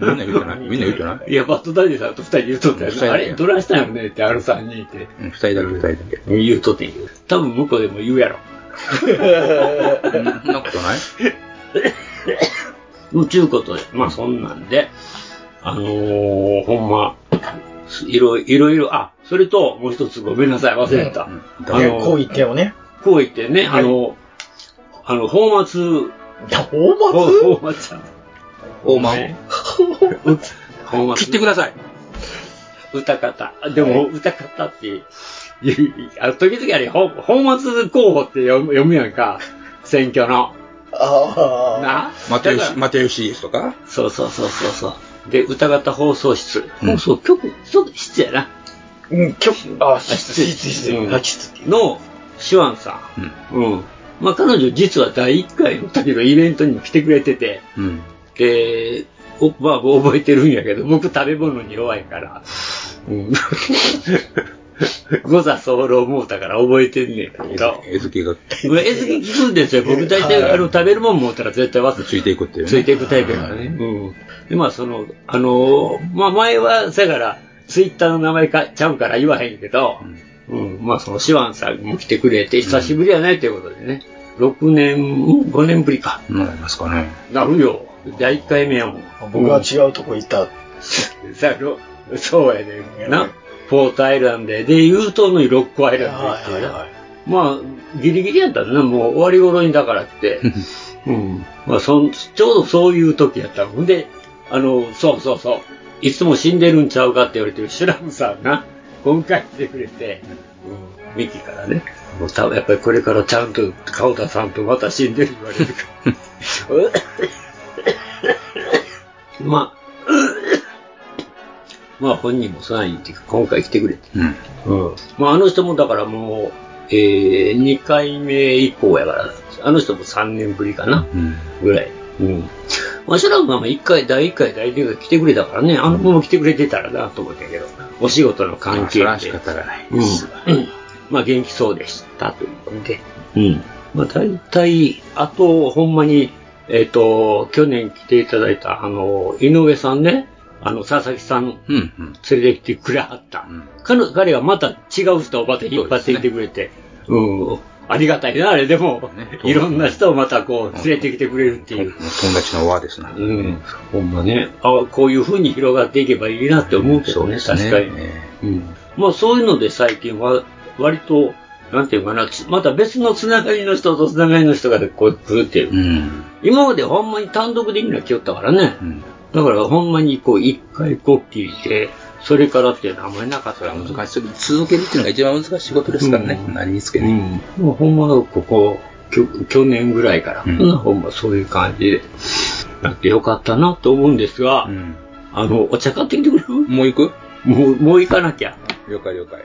[SPEAKER 7] みんな言うてないみんな言うてない
[SPEAKER 6] いや、バッドダディさんと2人言うとったよ
[SPEAKER 7] 二人
[SPEAKER 6] な。あれどないしたんやろねって、あの3人って。
[SPEAKER 7] うん二人だけ二人だけ。
[SPEAKER 6] 言うとってんよ多分向こうでも言うやろ。
[SPEAKER 7] そんなことない
[SPEAKER 6] うんちゅうことで、まあそんなんで、あのー、ほんま、いろいろいろ、あ、それと、もう一つごめんなさい、忘れてた。
[SPEAKER 7] うん
[SPEAKER 6] あのー
[SPEAKER 8] こう言ってもね。
[SPEAKER 6] こう言ってね、あの、あの、宝松、
[SPEAKER 8] 大松
[SPEAKER 6] 宝松ちゃん。
[SPEAKER 7] 大間を
[SPEAKER 6] 宝松。
[SPEAKER 7] 切ってください。
[SPEAKER 6] 歌方。でも、歌方っていう、あの、時々あれ、ほ宝松候補って読む読むやんか。選挙の。
[SPEAKER 8] ああ。
[SPEAKER 6] なだ
[SPEAKER 7] 又
[SPEAKER 6] か
[SPEAKER 7] 吉、
[SPEAKER 6] ら
[SPEAKER 7] 又吉ですとか。
[SPEAKER 6] そうそうそうそうそう。で、歌方放送室。放送局、そう室やな。
[SPEAKER 8] うん、きょ、あ、失礼、失
[SPEAKER 6] うん
[SPEAKER 8] 礼、あ、失礼。
[SPEAKER 6] の、シュワンさん。うん。まあ、彼女実は第1回の時のイベントにも来てくれてて。
[SPEAKER 7] うん。
[SPEAKER 6] で、おまあ、覚えてるんやけど、僕食べ物に弱いから、うん。ご座候思うたから覚えてんねんけど、
[SPEAKER 7] 絵付けが
[SPEAKER 6] これ、絵付け聞くんですよ。僕大体、あの、食べるもん持ったら絶対忘れ
[SPEAKER 7] ついていくっていうね。
[SPEAKER 6] ついていくタイプやからね。うん。で、まあ、その、あのーまあ、前は、せやから、ツイッターの名前かちゃうから言わへんけど、うん、まあ、その、シワンさんも来てくれて、久しぶりやないということでね、6年、5年ぶりか。
[SPEAKER 7] なりますかね。
[SPEAKER 6] なるよ。第1回目やもん。
[SPEAKER 8] 僕は違うとこ行った。
[SPEAKER 6] さあ、そうやねんな。ポートアイランドやで、ユートのにロックアイランドやってなまあ、ギリギリやったんだな、もう終わり頃にだからって。 うん。まあ、そん、ちょうどそういう時やったの。ほんで、あの、そうそうそう。いつも死んでるんちゃうかって言われてるシュラムさんが、今回来てくれて、うん、ミキからね。もう多分やっぱりこれからちゃんと顔出さんとまた死んでる言われるから。 まあ、まあ本人もサインっていうか、今回来てくれて。
[SPEAKER 7] うん。
[SPEAKER 6] うん。まああの人もだからもう、えー、2回目以降やから、あの人も3年ぶりかな、
[SPEAKER 7] うん。
[SPEAKER 6] ぐらい。うん。まあ、シュラフが1回、第1回、第2回来てくれたからね、あの子も来てくれてたらなと思ったけど、お仕事の関
[SPEAKER 7] まあそ
[SPEAKER 6] 係
[SPEAKER 7] れは
[SPEAKER 6] で
[SPEAKER 7] 仕。方がない。
[SPEAKER 6] うん。まあ元気そうでしたということで。うん。まあ大体、あと、ほんまに、えっ、と、去年来ていただいた、あの、井上さんね。あの、佐々木さん
[SPEAKER 7] うん、うん。
[SPEAKER 6] 連れてきてくれはった。
[SPEAKER 7] うん
[SPEAKER 6] 彼の彼がまた違う人をまた引っ張ってきてくれて、うん、ありがたいな、あれでも、
[SPEAKER 7] ね
[SPEAKER 6] いろんな人をまたこう、連れてきてくれるっていう。
[SPEAKER 7] 友達の輪ですな。
[SPEAKER 6] うん、ほんまね、あこういう風に広がっていけばいいなって思うけどね、確かに。
[SPEAKER 7] え
[SPEAKER 6] うん、まあそういうので最近は割と、なんていうかな、つまた別のつながりの人とつながりの人がこう来るっていう。
[SPEAKER 7] えうん。
[SPEAKER 6] 今までほんまに単独でみんな来よったからね。
[SPEAKER 7] うん。
[SPEAKER 6] だからほんまにこう一回こっきりで、それからっていうのはあんまりなかっ
[SPEAKER 7] そ
[SPEAKER 6] た
[SPEAKER 7] れ
[SPEAKER 6] ら
[SPEAKER 7] は難しい。続けるっていうのが一番難しい仕事ですからね。
[SPEAKER 6] うん
[SPEAKER 7] 何につけ
[SPEAKER 6] う
[SPEAKER 7] ね。
[SPEAKER 6] ん。もうほんまここ、きょ去年ぐらいから、
[SPEAKER 7] うん
[SPEAKER 6] ほんまそういう感じで、なってよかったなと思うんですが、
[SPEAKER 7] うん。
[SPEAKER 6] あの、お茶買ってきてくれる
[SPEAKER 7] もう行く
[SPEAKER 6] もう、もう行かなきゃ。
[SPEAKER 7] 了解了解。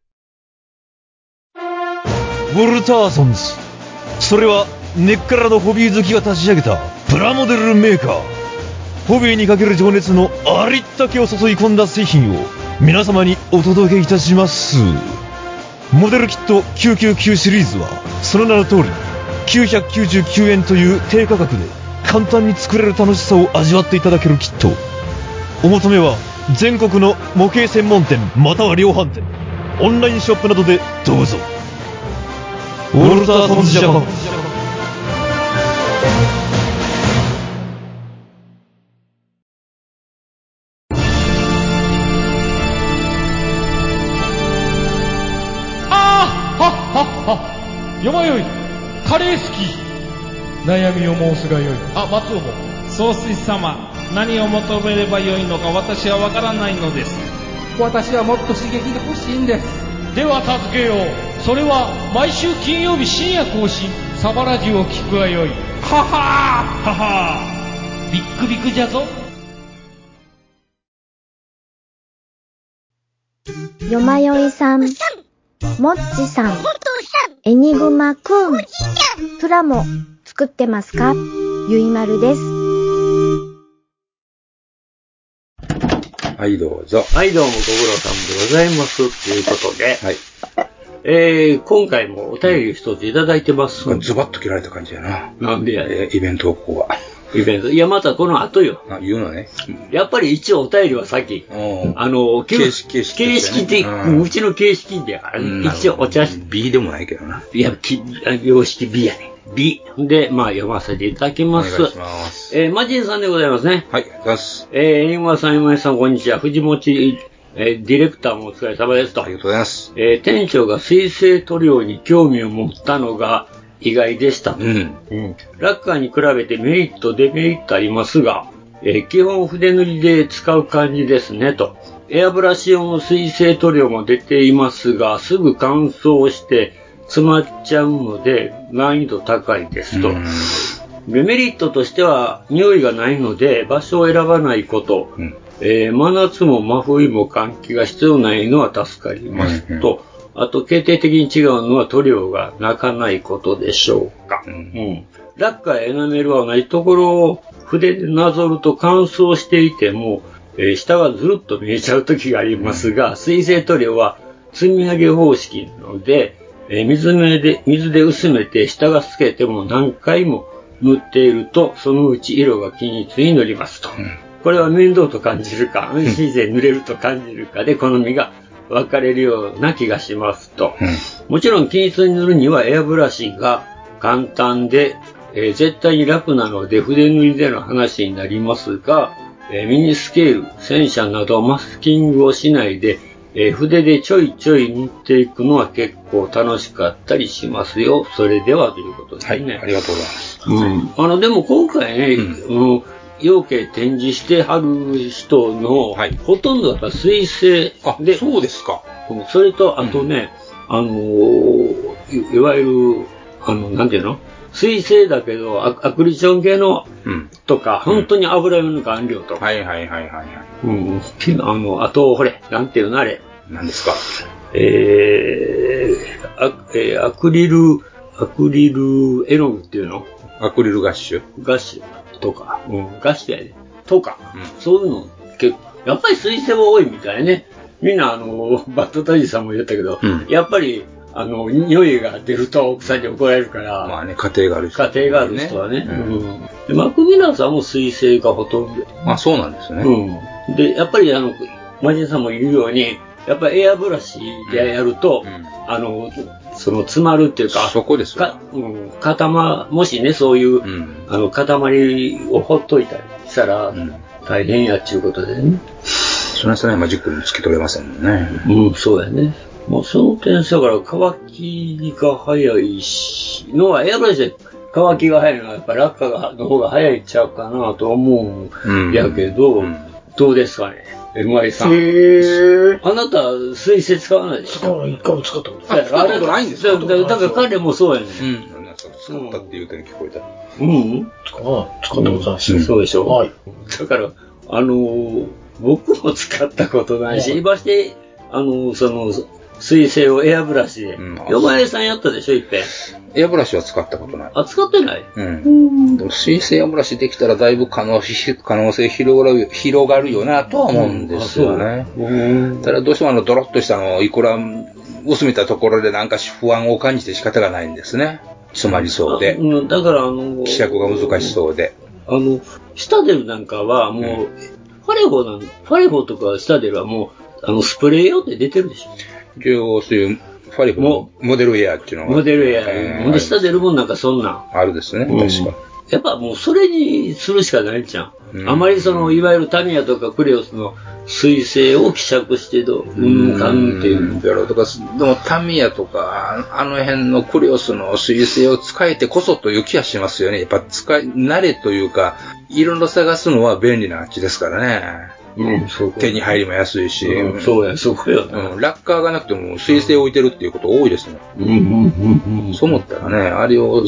[SPEAKER 9] ウォルターソンズそれは根っからのホビー好きが立ち上げたプラモデルメーカーホビーにかける情熱のありったけを注い込んだ製品を皆様にお届けいたしますモデルキット999シリーズはその名の通り999円という低価格で簡単に作れる楽しさを味わっていただけるキットお求めは全国の模型専門店または量販店オンラインショップなどでどうぞウォルターソンズジャパン
[SPEAKER 10] ああはっはっはよまよいカレー好き悩みを申すがよいあ松尾も総帥様何を求めればよいのか私はわからないのです私はもっと刺激が欲しいんですでは助けようそれは毎週金曜日深夜更新サバラジを聞くがよいははーははービックビックじゃぞ
[SPEAKER 11] よまよいさん、もっちさん、エニグマくん、プラモ作ってますかゆいまるです。
[SPEAKER 7] はい、どうぞ。
[SPEAKER 6] はい、どうもご苦労さんでございます。ということで、
[SPEAKER 7] はい。
[SPEAKER 6] えー、今回もお便り一ついただいてます。
[SPEAKER 7] ズバッと切られた感じやな。
[SPEAKER 6] なんでやね
[SPEAKER 7] えーイベント投稿は。
[SPEAKER 6] イベント。いや、またこの後よ。
[SPEAKER 7] あ、言うのね。
[SPEAKER 6] やっぱり一応お便りは先。
[SPEAKER 7] うん
[SPEAKER 6] あの、
[SPEAKER 7] 形式形式
[SPEAKER 6] 形式的、
[SPEAKER 7] うん
[SPEAKER 6] うちの形式で、あ
[SPEAKER 7] うん
[SPEAKER 6] の一応お茶し、
[SPEAKER 7] B でもないけどな。
[SPEAKER 6] いや、きあ様式 B やね。B。で、まあ読ませていただき
[SPEAKER 7] お
[SPEAKER 6] ま
[SPEAKER 7] 願い
[SPEAKER 6] す。
[SPEAKER 7] します。
[SPEAKER 6] えー、マジンさんでございますね。
[SPEAKER 7] はい、ありがとうございます。
[SPEAKER 6] えー、エニグマさん、今井さん、こんにちは。藤持、えーディレクターもお疲れ様ですと
[SPEAKER 7] あり。がとうございます。
[SPEAKER 6] えー店長が水性塗料に興味を持ったのが意外でした。
[SPEAKER 7] うん。
[SPEAKER 6] うんラッカーに比べてメリット、デメリットありますが、えー基本筆塗りで使う感じですねと。エアブラシ用の水性塗料も出ていますが、すぐ乾燥して詰まっちゃうので難易度高いですと。
[SPEAKER 7] うん
[SPEAKER 6] デメリットとしては匂いがないので場所を選ばないこと、
[SPEAKER 7] うん
[SPEAKER 6] えー真夏も真冬も換気が必要ないのは助かります
[SPEAKER 7] うんうん
[SPEAKER 6] と、あと決定的に違うのは塗料が泣かないことでしょうか。
[SPEAKER 7] うん
[SPEAKER 6] ラッカーやエナメルは同じところを筆でなぞると乾燥していても、えー下がずるっと見えちゃう時がありますが、水性塗料は積み上げ方式なので、えー水目で水で薄めて下が透けても何回も塗っていると、そのうち色が均一に塗りますと。これは面倒と感じるか、安心して塗れると感じるかで好みが分かれるような気がしますと。もちろん均一に塗るにはエアブラシが簡単で、えー絶対に楽なので筆塗りでの話になりますが、えーミニスケール、戦車などマスキングをしないで、えー筆でちょいちょい塗っていくのは結構楽しかったりしますよ。それではということで
[SPEAKER 7] は
[SPEAKER 6] す
[SPEAKER 7] い、
[SPEAKER 6] ね。
[SPEAKER 7] ありがとうございます。
[SPEAKER 6] うんあの、でも今回ね、
[SPEAKER 7] う
[SPEAKER 6] うん、養鶏展示してはる人の、
[SPEAKER 7] はい
[SPEAKER 6] ほとんどが水性
[SPEAKER 7] あ、
[SPEAKER 6] で、
[SPEAKER 7] そうですか。
[SPEAKER 6] うんそれと、あとね、あのーいいわゆる、あの、なんていうの水性だけど、アクアクリション系のとか、本当に油絵の顔料とか。
[SPEAKER 7] はいはいはいはい。
[SPEAKER 6] うん、きあの、あと、ほれ、なんていうのあれ。
[SPEAKER 7] 何ですか
[SPEAKER 6] えー、アえーアクリル、アクリル絵の具っていうの
[SPEAKER 7] アクリルガッシュ
[SPEAKER 6] ガッシュとか、うん、ガッシュやね。とか、そういうの結構、やっぱり水性は多いみたいね。みんな、あの、 バットタジさんも言ったけど、やっぱり、あの、匂いが出ると奥さんに怒られるから、
[SPEAKER 7] まあね、家庭がある人。
[SPEAKER 6] 家庭がある人はね。うんでマクミラーさんも水性がほとんど。
[SPEAKER 7] まあそうなんですね。
[SPEAKER 6] うん。で、やっぱりあの、マジンさんも言うように、やっぱりエアブラシでやると、あの、その詰まるっていうか、
[SPEAKER 7] そこです
[SPEAKER 6] か、うん、固ま、もしね、そういう、あの、塊をほっといたりしたら、大変やっちゅうことでね。
[SPEAKER 7] それはそれは今じっくり突き取れませんもんね。
[SPEAKER 6] うん、そうやね。もうその点、だから乾きが早いし、のはエアブラシで乾きが早いのはやっぱ落下がの方が早いっちゃうかなと思うんやけど、どうですかね、MI さん。あなた、水性使わないでしょ
[SPEAKER 8] 一回も使ったこと
[SPEAKER 6] だからあれないんですだからだから彼もそうやね、
[SPEAKER 7] うん。なんか使ったっていう手に聞こえた。
[SPEAKER 6] うん
[SPEAKER 8] 使ったことないし。
[SPEAKER 6] そうでしょ、だから、あのー僕も使ったことないし、今して、あのーその、水性をエアブラシで。ヨバエさんやったでしょ、いっぺん。
[SPEAKER 7] エアブラシは使ったことない。
[SPEAKER 6] あ、使ってない
[SPEAKER 7] うん。でも水性エアブラシできたらだいぶ可能し可能性広がる広がるよなとは思うんですよね。ただどうしてもあのドロッとしたのをいくら薄めたところでなんか不安を感じて仕方がないんですね。詰まりそうで。
[SPEAKER 6] うん、だから、あのー
[SPEAKER 7] 希釈が難しそうで。
[SPEAKER 6] あの、シタデルなんかはもう、ファレホなん、ファレホとかシタデルはもう、あの、スプレー用って出てるでしょ。
[SPEAKER 7] 一応そういうファリフのモデルエアっていうのが。
[SPEAKER 6] モデルや、
[SPEAKER 7] えー
[SPEAKER 6] ほんで、シタデルもなんかそんなん。
[SPEAKER 7] あるですね、
[SPEAKER 6] うん
[SPEAKER 7] 確か。
[SPEAKER 6] やっぱもうそれにするしかないじゃん。
[SPEAKER 7] うん
[SPEAKER 6] あまりその、いわゆるタミヤとかクレオスの水性を希釈してどう、うん、かんっていう。
[SPEAKER 7] だろうとか、でもタミヤとか、ああの辺のクレオスの水性を使えてこそという気がしますよね。やっぱ使い、慣れというか、いろいろ探すのは便利なあっちですからね。
[SPEAKER 6] うん、
[SPEAKER 7] 手に入りも安いし。
[SPEAKER 6] うんそうや、そこよ。
[SPEAKER 7] うん、ラッカーがなくても水性置いてるっていうこと多いですね。
[SPEAKER 6] うん、うん、うん。
[SPEAKER 7] そう思ったらね、あれを、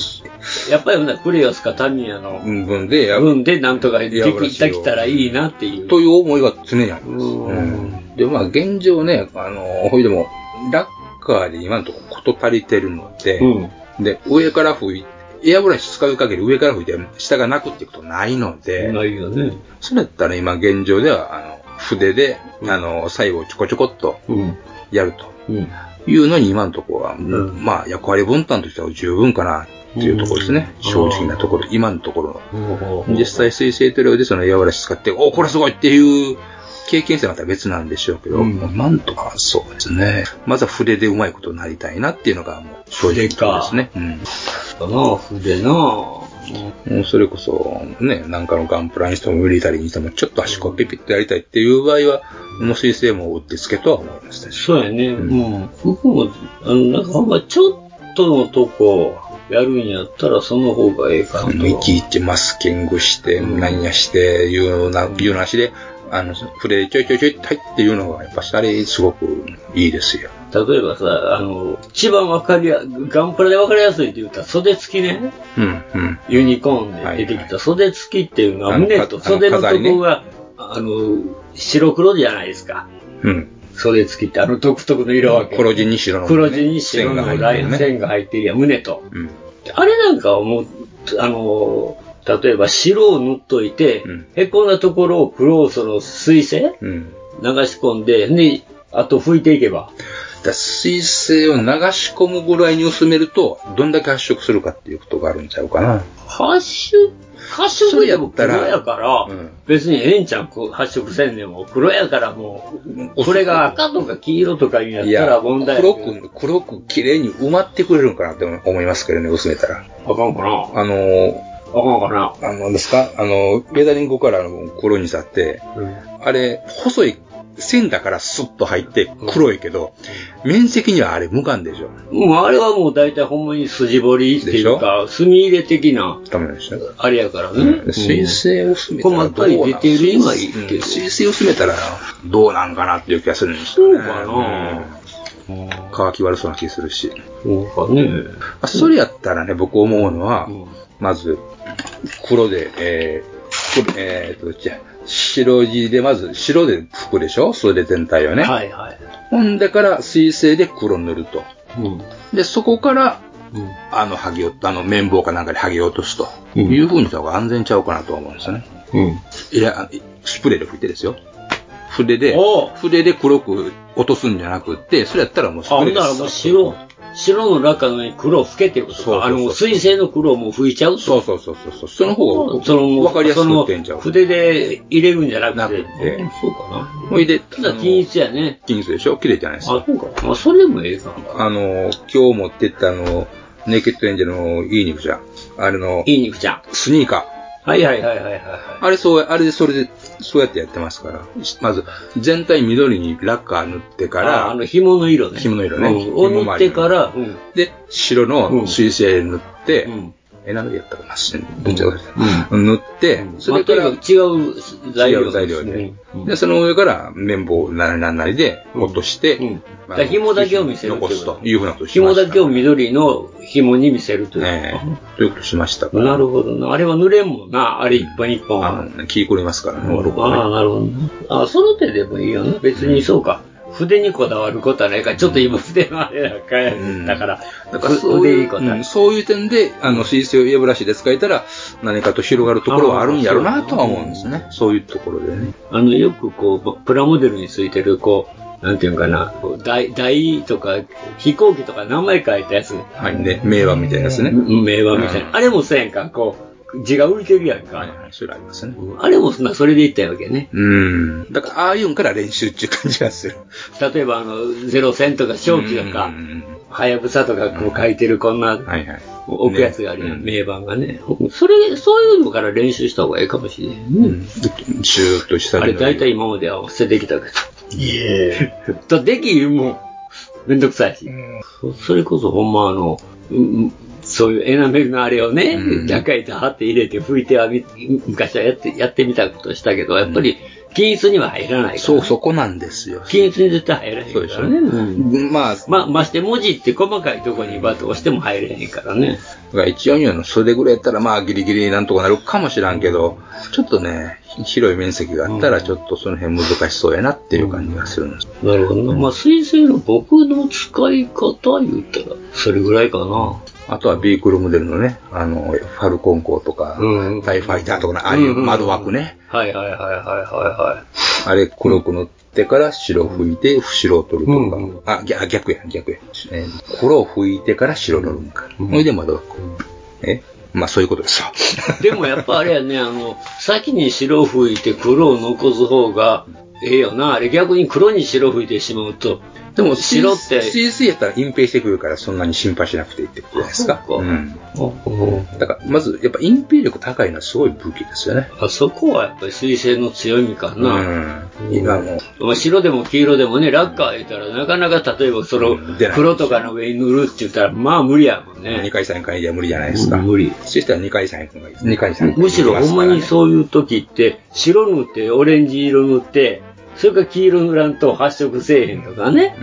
[SPEAKER 6] やっぱりほなクレオスかタミヤの
[SPEAKER 7] 分で、
[SPEAKER 6] 分でなんとかで
[SPEAKER 7] エアブラ
[SPEAKER 6] き
[SPEAKER 7] シを
[SPEAKER 6] できたらいいなっていう。
[SPEAKER 7] という思いは常にあります。うんで、まあ現状ね、あの、ほいでも、ラッカーで今のところこと足りてるので、で、上から吹いエアブラシ使う限り上から吹いて下がなくっていうことないので、
[SPEAKER 6] ないよね。
[SPEAKER 7] それだったら今現状では、あの、筆で、あの、最後ちょこちょこっとやると
[SPEAKER 6] うん。
[SPEAKER 7] いうのに今のところは、まあ役割分担としては十分かなっていうところですね。正直なところ、今のところの。実際水性塗料でその柔らし使って、おこれすごいっていう経験性はまた別なんでしょうけど、もうなんとかそうですね。まずは筆でうまいことになりたいなっていうのがもう正直なところですね。
[SPEAKER 6] うん。なあ、筆なあ。
[SPEAKER 7] もうそれこそ、ね、なんかのガンプラにしてもミリタリーにしても、ちょっと足こうピピッとやりたいっていう場合は、この水性もうってつけとは思いましたし。
[SPEAKER 6] そうやね。うん。僕も、あの、なんかほんまちょっとのとこやるんやったらその方がええかなと。
[SPEAKER 7] いちいちマスキングして、何やして、いうような、いうようなしで、あの、筆でちょいちょいちょいって入っていうのが、やっぱしあれ、すごくいいですよ。
[SPEAKER 6] 例えばさ、あの、一番わかりや、ガンプラでわかりやすいって言ったら袖付きね。
[SPEAKER 7] うん、うん。
[SPEAKER 6] ユニコーンで出てきた袖付きっていうのは、
[SPEAKER 7] あの
[SPEAKER 6] 胸と
[SPEAKER 7] かあの
[SPEAKER 6] 袖のと
[SPEAKER 7] 飾りね
[SPEAKER 6] こが、あの、白黒じゃないですか。
[SPEAKER 7] うん。
[SPEAKER 6] 袖付きってあの独特の色分け。
[SPEAKER 7] 黒地に白の、
[SPEAKER 6] 黒地に白の
[SPEAKER 7] 線が
[SPEAKER 6] ラ
[SPEAKER 7] 入って
[SPEAKER 6] イ
[SPEAKER 7] る
[SPEAKER 6] ン
[SPEAKER 7] ね
[SPEAKER 6] 線が入ってるやん、胸と。
[SPEAKER 7] うん。
[SPEAKER 6] あれなんかはもう、あのー、例えば白を塗っといて、へこんだところを黒をその水性、
[SPEAKER 7] うん。
[SPEAKER 6] 流し込んで、ね、あと拭いていけば。
[SPEAKER 7] だ水性を流し込むぐらいに薄めると、どんだけ発色するかっていうことがあるんちゃうかな。
[SPEAKER 6] 発色、発色でも黒やから、別にええんちゃん、こう発色せんでも、黒やからもう、これが赤とか黄色とかになっ
[SPEAKER 7] い
[SPEAKER 6] た
[SPEAKER 7] や
[SPEAKER 6] ら問題
[SPEAKER 7] 黒く、黒く綺麗に埋まってくれるんかなって思いますけどね、薄めたら。
[SPEAKER 6] あかんかな
[SPEAKER 7] あのー、
[SPEAKER 6] あかんか
[SPEAKER 7] なあの、ですかあの、ウェザリングからの黒にさって、あれ、細い線だからスッと入って黒いけど、面積にはあれ無感でしょ。
[SPEAKER 6] もうあれはもう大体ほんまに筋彫りっていうか、墨入れ的な、あれやからね。
[SPEAKER 7] 水性を薄めたら
[SPEAKER 6] 細
[SPEAKER 7] ど
[SPEAKER 6] か
[SPEAKER 7] うないん
[SPEAKER 6] ディテールにはいいけど。
[SPEAKER 7] 水性を薄めたらどうなんかなっていう気がするんですよ
[SPEAKER 6] そ
[SPEAKER 7] ね。
[SPEAKER 6] うかな
[SPEAKER 7] 乾き悪そうな気するし。
[SPEAKER 6] そうかね。
[SPEAKER 7] あそれやったらね、僕思うのは、まず、黒で、えー、黒えーと、じゃあ白地で、まず白で拭くでしょそれで全体をね。
[SPEAKER 6] はいはい。
[SPEAKER 7] ほんでから水性で黒塗ると。
[SPEAKER 6] うん。
[SPEAKER 7] で、そこから、あの、剥ぎ落と、あの、綿棒かなんかで剥ぎ落とすと、いう風にした方が安全ちゃうかなと思うんですよね。
[SPEAKER 6] うん。
[SPEAKER 7] いや、スプレーで拭いてですよ。筆で、筆で黒く落とすんじゃなくって、それやったらもうスプ
[SPEAKER 6] あ、ほ
[SPEAKER 7] レ
[SPEAKER 6] ん
[SPEAKER 7] ーで
[SPEAKER 6] ならもう白、白の中の上に黒を吹けっていうことか。あの、水性の黒をもう吹いちゃう
[SPEAKER 7] そうそうそうそう。その方が
[SPEAKER 6] その、
[SPEAKER 7] わかりやすく
[SPEAKER 6] その
[SPEAKER 7] てんちゃう
[SPEAKER 6] 筆で入れるんじゃなくて。
[SPEAKER 7] て
[SPEAKER 6] そうかな。
[SPEAKER 7] ほいで、
[SPEAKER 6] ただ均一やね。
[SPEAKER 7] 均一でしょ綺麗じゃないですか。
[SPEAKER 6] あ、そうか。まあ、それでもええか。
[SPEAKER 7] あの、今日持ってったあの、ネイケッドエンジェルのいい肉じゃん。あれの、
[SPEAKER 6] いい肉じゃん。
[SPEAKER 7] スニーカー。
[SPEAKER 6] はいはいはいはいはい。
[SPEAKER 7] あれそう、あれでそれで、そうやってやってますから。まず、全体緑にラッカー塗ってから、
[SPEAKER 6] ああの、紐の色ね。
[SPEAKER 7] 紐の色ね
[SPEAKER 6] うんを
[SPEAKER 7] 紐
[SPEAKER 6] 塗っ
[SPEAKER 7] 周り
[SPEAKER 6] て
[SPEAKER 7] の
[SPEAKER 6] から、
[SPEAKER 7] で、白の水性塗って、え、なんでやったかな塗っちゃう塗って、それから、
[SPEAKER 6] 違う材料
[SPEAKER 7] 違う材料で。で、その上から綿棒なりなんなりで落として、
[SPEAKER 6] だから紐だけを見せるって
[SPEAKER 7] 残
[SPEAKER 6] こ
[SPEAKER 7] す
[SPEAKER 6] と
[SPEAKER 7] と。いうふうなことをしま
[SPEAKER 6] 紐
[SPEAKER 7] した。
[SPEAKER 6] だけを緑の紐に見せるという。
[SPEAKER 7] ということをしましたから。
[SPEAKER 6] なるほどな。あれは濡れんもんな。あれ一本一本は。
[SPEAKER 7] 切り込みますからね、終わる
[SPEAKER 6] ああ、なるほどね。あその手でもいいよね。別にそうか。筆にこだわることはないから、ちょっと今筆のあれだから、だから、
[SPEAKER 7] だからそういう、うんそういう点で、あの、水性をエブラシで使えたら、何かと広がるところはあるんやろうなとは思うんですね。そういうところでね。
[SPEAKER 6] あの、よくこう、プラモデルについてる、こう、なんていうんかな、こう台、台とか、飛行機とか名前書いたやつ。
[SPEAKER 7] はい、ね、名和みたいなやつね。
[SPEAKER 6] 名和みたいな。あれもそうやんか、こう、字が浮いてるやんか。
[SPEAKER 7] それありますね。
[SPEAKER 6] あれもそんなそれでいったわけね。
[SPEAKER 7] うん。だから、ああいうんから練習っていう感じがする。
[SPEAKER 6] 例えば、あの、ゼロ戦とか、正気とか、はやぶさとか、こう書いてる、こんな、置くやつがあるやん、名盤がね。それ、そういうのから練習した方がいいかもしれない。うん。
[SPEAKER 7] シューッとした
[SPEAKER 6] あれ、大体今までは捨ててきたけど。いえ。だできるもん。めんどくさいし。そそれこそほんまあの、うんそういうエナメルのあれをね、中へダーって入れて拭いてはみ、昔はやって、やってみたことしたけど、やっぱり、均一には入らないから、そう、
[SPEAKER 7] そこなんですよ。
[SPEAKER 6] 均一に絶対入らないからね。
[SPEAKER 7] そうでしょまあ、
[SPEAKER 6] まあ、まして文字って細かいとこにはどうしても入れへんからね。
[SPEAKER 7] だから一応にはの袖ぐらいやったら、まあ、ギリギリなんとかなるかもしらんけど、ちょっとね、広い面積があったら、ちょっとその辺難しそうやなっていう感じがするんです。
[SPEAKER 6] なるほど、まあ、水性の僕の使い方言ったら、それぐらいかな。
[SPEAKER 7] あとはビークルモデルのね、あの、ファルコン号とか、タイファイターとかの、ああいう窓枠ね。
[SPEAKER 6] はいはいはいはいはいはい。
[SPEAKER 7] あれ黒く塗ってから白拭いて白を取るとか。あ、ぎゃ逆や、逆や。えー黒を拭いてから白塗るんか。それで窓枠。えまあそういうことですわ。
[SPEAKER 6] でもやっぱあれやね、あの、先に白吹いて黒を残す方がええよな。あれ逆に黒に白吹いてしまうと、
[SPEAKER 7] でも
[SPEAKER 6] 白って、
[SPEAKER 7] CC やったら隠蔽してくるからそんなに心配しなくていいってことじゃないですか。うん。だから、まずやっぱ隠蔽力高いのはすごい武器ですよね。
[SPEAKER 6] あそこはやっぱり水性の強みか
[SPEAKER 7] う
[SPEAKER 6] な。
[SPEAKER 7] ん。今も。
[SPEAKER 6] まあ白でも黄色でもね、ラッカー言ったらなかなか例えばその黒とかの上に塗るって言ったら、まあ無理やもんね。
[SPEAKER 7] 2回3回では無理じゃないですか。
[SPEAKER 6] 無理。
[SPEAKER 7] そしたら2回3回。2回3回。
[SPEAKER 6] むしろほんまにそういう時って、白塗って、オレンジ色塗って、それから黄色塗らんと発色せえへんとかね。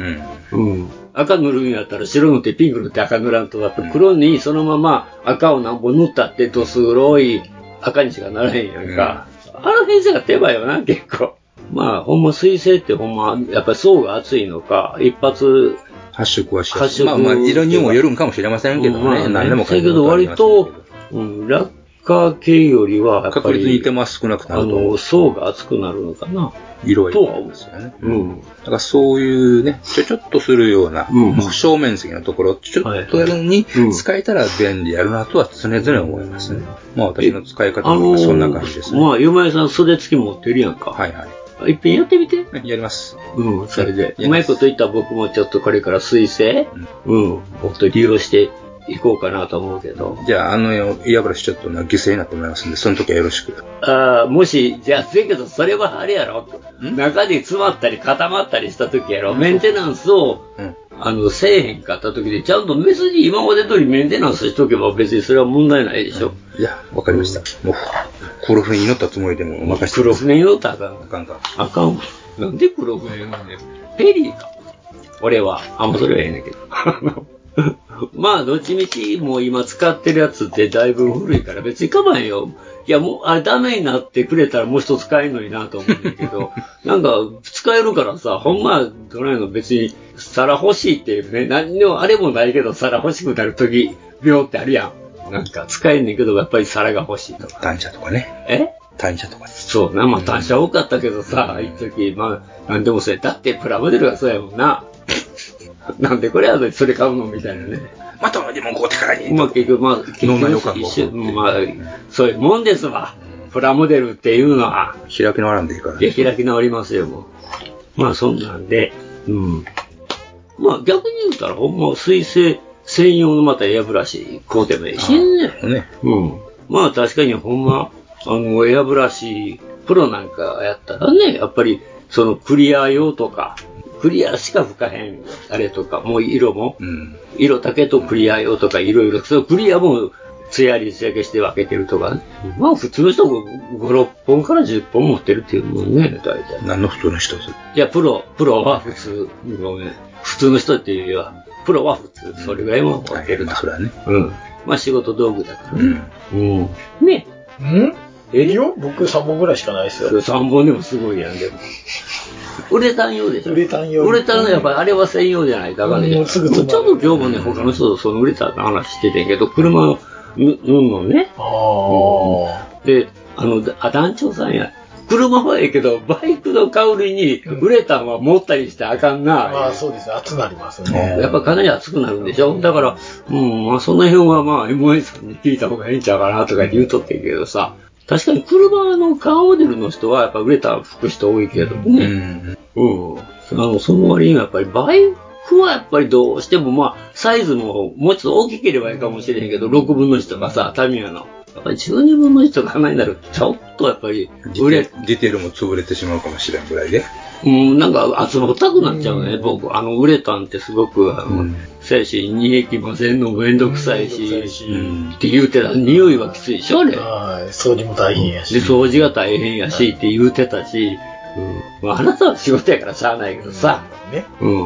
[SPEAKER 7] うん。
[SPEAKER 6] 赤塗るんやったら白塗ってピンク塗って赤塗らんと、やっぱ黒にそのまま赤を何本塗ったってどす黒い赤にしかならへんやんか。あの辺さが手羽よな、結構。まあ、ほんま水性ってほんま、やっぱ層が厚いのか、一発、
[SPEAKER 7] 発色はし
[SPEAKER 6] 発色
[SPEAKER 7] まあまあ、色にもよるんかもしれませんけどね。
[SPEAKER 6] まあ
[SPEAKER 7] 何でも
[SPEAKER 6] だけど割と、うん、ラッカー系よりは、やっぱり、
[SPEAKER 7] 確率に手間少なくなると
[SPEAKER 6] あの、層が厚くなるのかな。
[SPEAKER 7] 色々
[SPEAKER 6] とは思う。
[SPEAKER 7] うん。だからそういうね、ちょちょっとするような、小面積のところ、ちょっとやるのに使えたら便利やるなとは常々思いますね。まあ私の使い方
[SPEAKER 6] あの
[SPEAKER 7] も
[SPEAKER 6] ー
[SPEAKER 7] そんな感じですね。
[SPEAKER 6] まあ、ゆまえさん袖付き持ってるやんか。。
[SPEAKER 7] はいはい
[SPEAKER 6] 一遍やってみて。
[SPEAKER 7] やります。
[SPEAKER 6] うん、それで。うまいこと言ったら僕もちょっとこれから水性、うん、もっと利用していこうかなと思うけど。
[SPEAKER 7] じゃあ、あの、イヤブラシちょっとな犠牲になってもらいますんで、その時はよろしく。
[SPEAKER 6] ああ、もし、じゃあ、せやけど、それはあれやろ。中で詰まったり固まったりした時やろ。メンテナンスを、あの、せえへんかった時で、ちゃんと別に今まで通りメンテナンスしとけば別にそれは問題ないでしょ。
[SPEAKER 7] いや、わかりました。もう、黒船に乗ったつもりでもお任せして
[SPEAKER 6] 黒船に乗ったらあかん。
[SPEAKER 7] あかんか。
[SPEAKER 6] あかん。なんで黒船なんだよ。ペリーか。俺は。あ、もうそれはええねんけど。あの まあ、どっちみち、もう今使ってるやつってだいぶ古いから別に構えんよ。いや、もう、あれダメになってくれたらもう一つ使えんのになと思うんだけ ど、なんか、使えるからさ、ほんま、どないの別に、皿欲しいっていうね、何にもあれもないけど皿欲しくなるとき、病ってあるやん。なんか、使えんねんけど、やっぱり皿が欲しいとか。
[SPEAKER 7] 単車とかね。
[SPEAKER 6] え
[SPEAKER 7] 単車とか。
[SPEAKER 6] そうな、まあ単車多かったけどさ、一時、まあ、なんでもそうや。だってプラモデルがそうやもんな。 なんでこれやのにそれ買うのみたいなね。
[SPEAKER 7] またでもこうてからに。
[SPEAKER 6] まあ結局、まあ、結
[SPEAKER 7] ノーマル
[SPEAKER 6] 局、一緒、まあ、そういうもんですわ。プラモデルっていうのは。
[SPEAKER 7] 開き直らんでいいからね。
[SPEAKER 6] いや、開き直りますよ、もう。まあそんなんで、うん。まあ逆に言うたら、ほんま水性専用のまたエアブラシ買うてもええしね。
[SPEAKER 7] ね。
[SPEAKER 6] うん。まあ確かにほんま、あの、エアブラシ、プロなんかやったらね、やっぱり、そのクリア用とか、クリアしか吹かへん、あれとか、もう色も、色だけとクリア用とか、いろいろ、そのクリアも、つやりつやけして分けてるとかね。まあ普通の人も5、6本から10本持ってるっていうもんね、大体。
[SPEAKER 7] 何の普通の人それ
[SPEAKER 6] いや、プロ、プロは普通、ごめん。普通の人っていうよりは、プロは普通、それぐらいも持ってると。
[SPEAKER 7] ね。
[SPEAKER 6] うん。まあ仕事道具だからね。 うん。
[SPEAKER 8] ね。んえいよ僕3本ぐらいしかないですよ。
[SPEAKER 6] 3本でもすごいやん、でも。ウレタン用でしょ。ウ
[SPEAKER 8] レタン用。
[SPEAKER 6] ウレタンのやっぱりあれは専用じゃないだからね。
[SPEAKER 8] もうすぐ止まる
[SPEAKER 6] ちょっと今日もね、他の人とそのウレタンの話しててんけど、車の、ぬ、ぬんのね。うんで、あの、あ、団長さんや。車はええけど、バイクの香りにウレタンは持ったりしてあかんな。
[SPEAKER 8] まあそうですね、熱なりますね。
[SPEAKER 6] やっぱかなり熱くなるんでしょだから、うん、まあその辺はまあ MA さんに聞いた方がいいんちゃうかなとか言うとってんけどさ、確かに車のカーモデルの人はやっぱ売れた服人多いけどね。うん。あの、その割にはやっぱりバイクはやっぱりどうしてもまあ、サイズももうちょっと大きければいいかもしれへんけど、6分の1とかさ、タミヤの。やっぱり12分の1とかになると、ちょっとやっぱり売れ、
[SPEAKER 7] ディテールも潰れてしまうかもしれんぐらいで。
[SPEAKER 6] うん、なんか集まったくなっちゃうね、僕。あの、ウレタンってすごく、あの、せやし、煮えきませんのめんどくさいし、って言うてた。匂いはきついでしょ、あれ。
[SPEAKER 8] はい、掃除も大変やし。
[SPEAKER 6] で、掃除が大変やし、って言うてたし、うん。まあ、あなたは仕事やからしゃあないけどさ、
[SPEAKER 8] ね。
[SPEAKER 6] うん。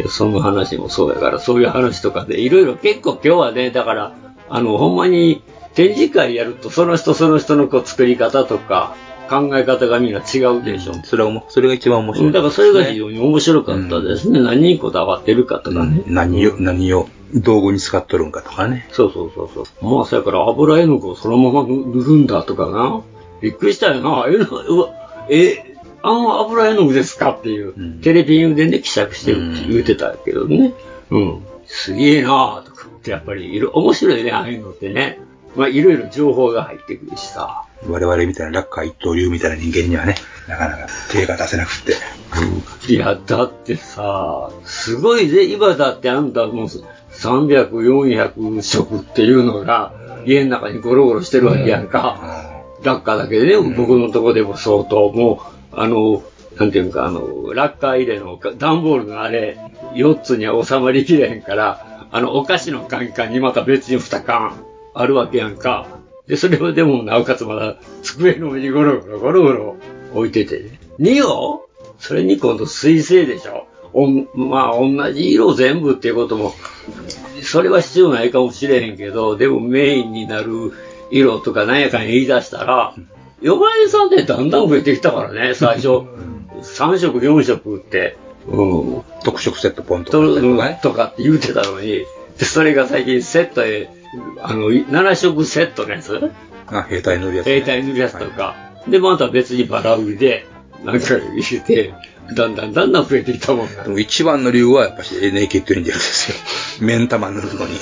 [SPEAKER 6] いやその話もそうやから、そういう話とかで、いろいろ結構今日はね、だから、あの、ほんまに展示会やると、その人その人のこう作り方とか、考え方がみんな違うでしょ。
[SPEAKER 7] それはもう、それが一番面白い、
[SPEAKER 6] だからそれが非常に面白かったですね。何にこだわってるかとかね。
[SPEAKER 7] 何を、何を、道具に使っとるんかとかね。
[SPEAKER 6] そうそうそうそう。まあ、そやから油絵の具をそのまま塗るんだとかな。びっくりしたよな。え、うわえ、あの油絵の具ですかっていう。テレビでね、希釈してるって言うてたけどね。うん。すげえなあとかって、やっぱりいろ、面白いね、ああいうのってね。まあ、いろいろ情報が入ってくるしさ。
[SPEAKER 7] 我々みたいなラッカー一刀流みたいな人間にはね、なかなか手が出せなくって。
[SPEAKER 6] いや、だってさ、すごいぜ、今だってあんたもう300、400食っていうのが家の中にゴロゴロしてるわけやんか。ラッカーだけでね、僕のとこでも相当、もう、あの、なんていうんか、あの、ラッカー入れの段ボールのあれ、4つには収まりきれへんから、あの、お菓子のカンカンにまた別に2缶あるわけやんか。で、それをでも、なおかつまだ、机の上にゴロゴロゴロゴロ置いててね。2をそれに今度水性でしょ。おんまあ、同じ色全部っていうことも、それは必要ないかもしれへんけど、でもメインになる色とかなんやかんや言い出したら、呼ばれさんってだんだん増えてきたからね、最初。3色、4色って。うん。
[SPEAKER 7] 特色セットポンと
[SPEAKER 6] とうんとかって言うてたのに、でそれが最近セットで、あの、7色セットのやつ
[SPEAKER 7] あ、兵隊塗るやつ、
[SPEAKER 6] 兵隊塗るやつとか、で、また別にバラ売りで、なんか入れて、だんだんだんだん増えてきたもんな。
[SPEAKER 7] でも一番の理由はやっぱし NAK ってるん ですよ。目ん玉塗るのに。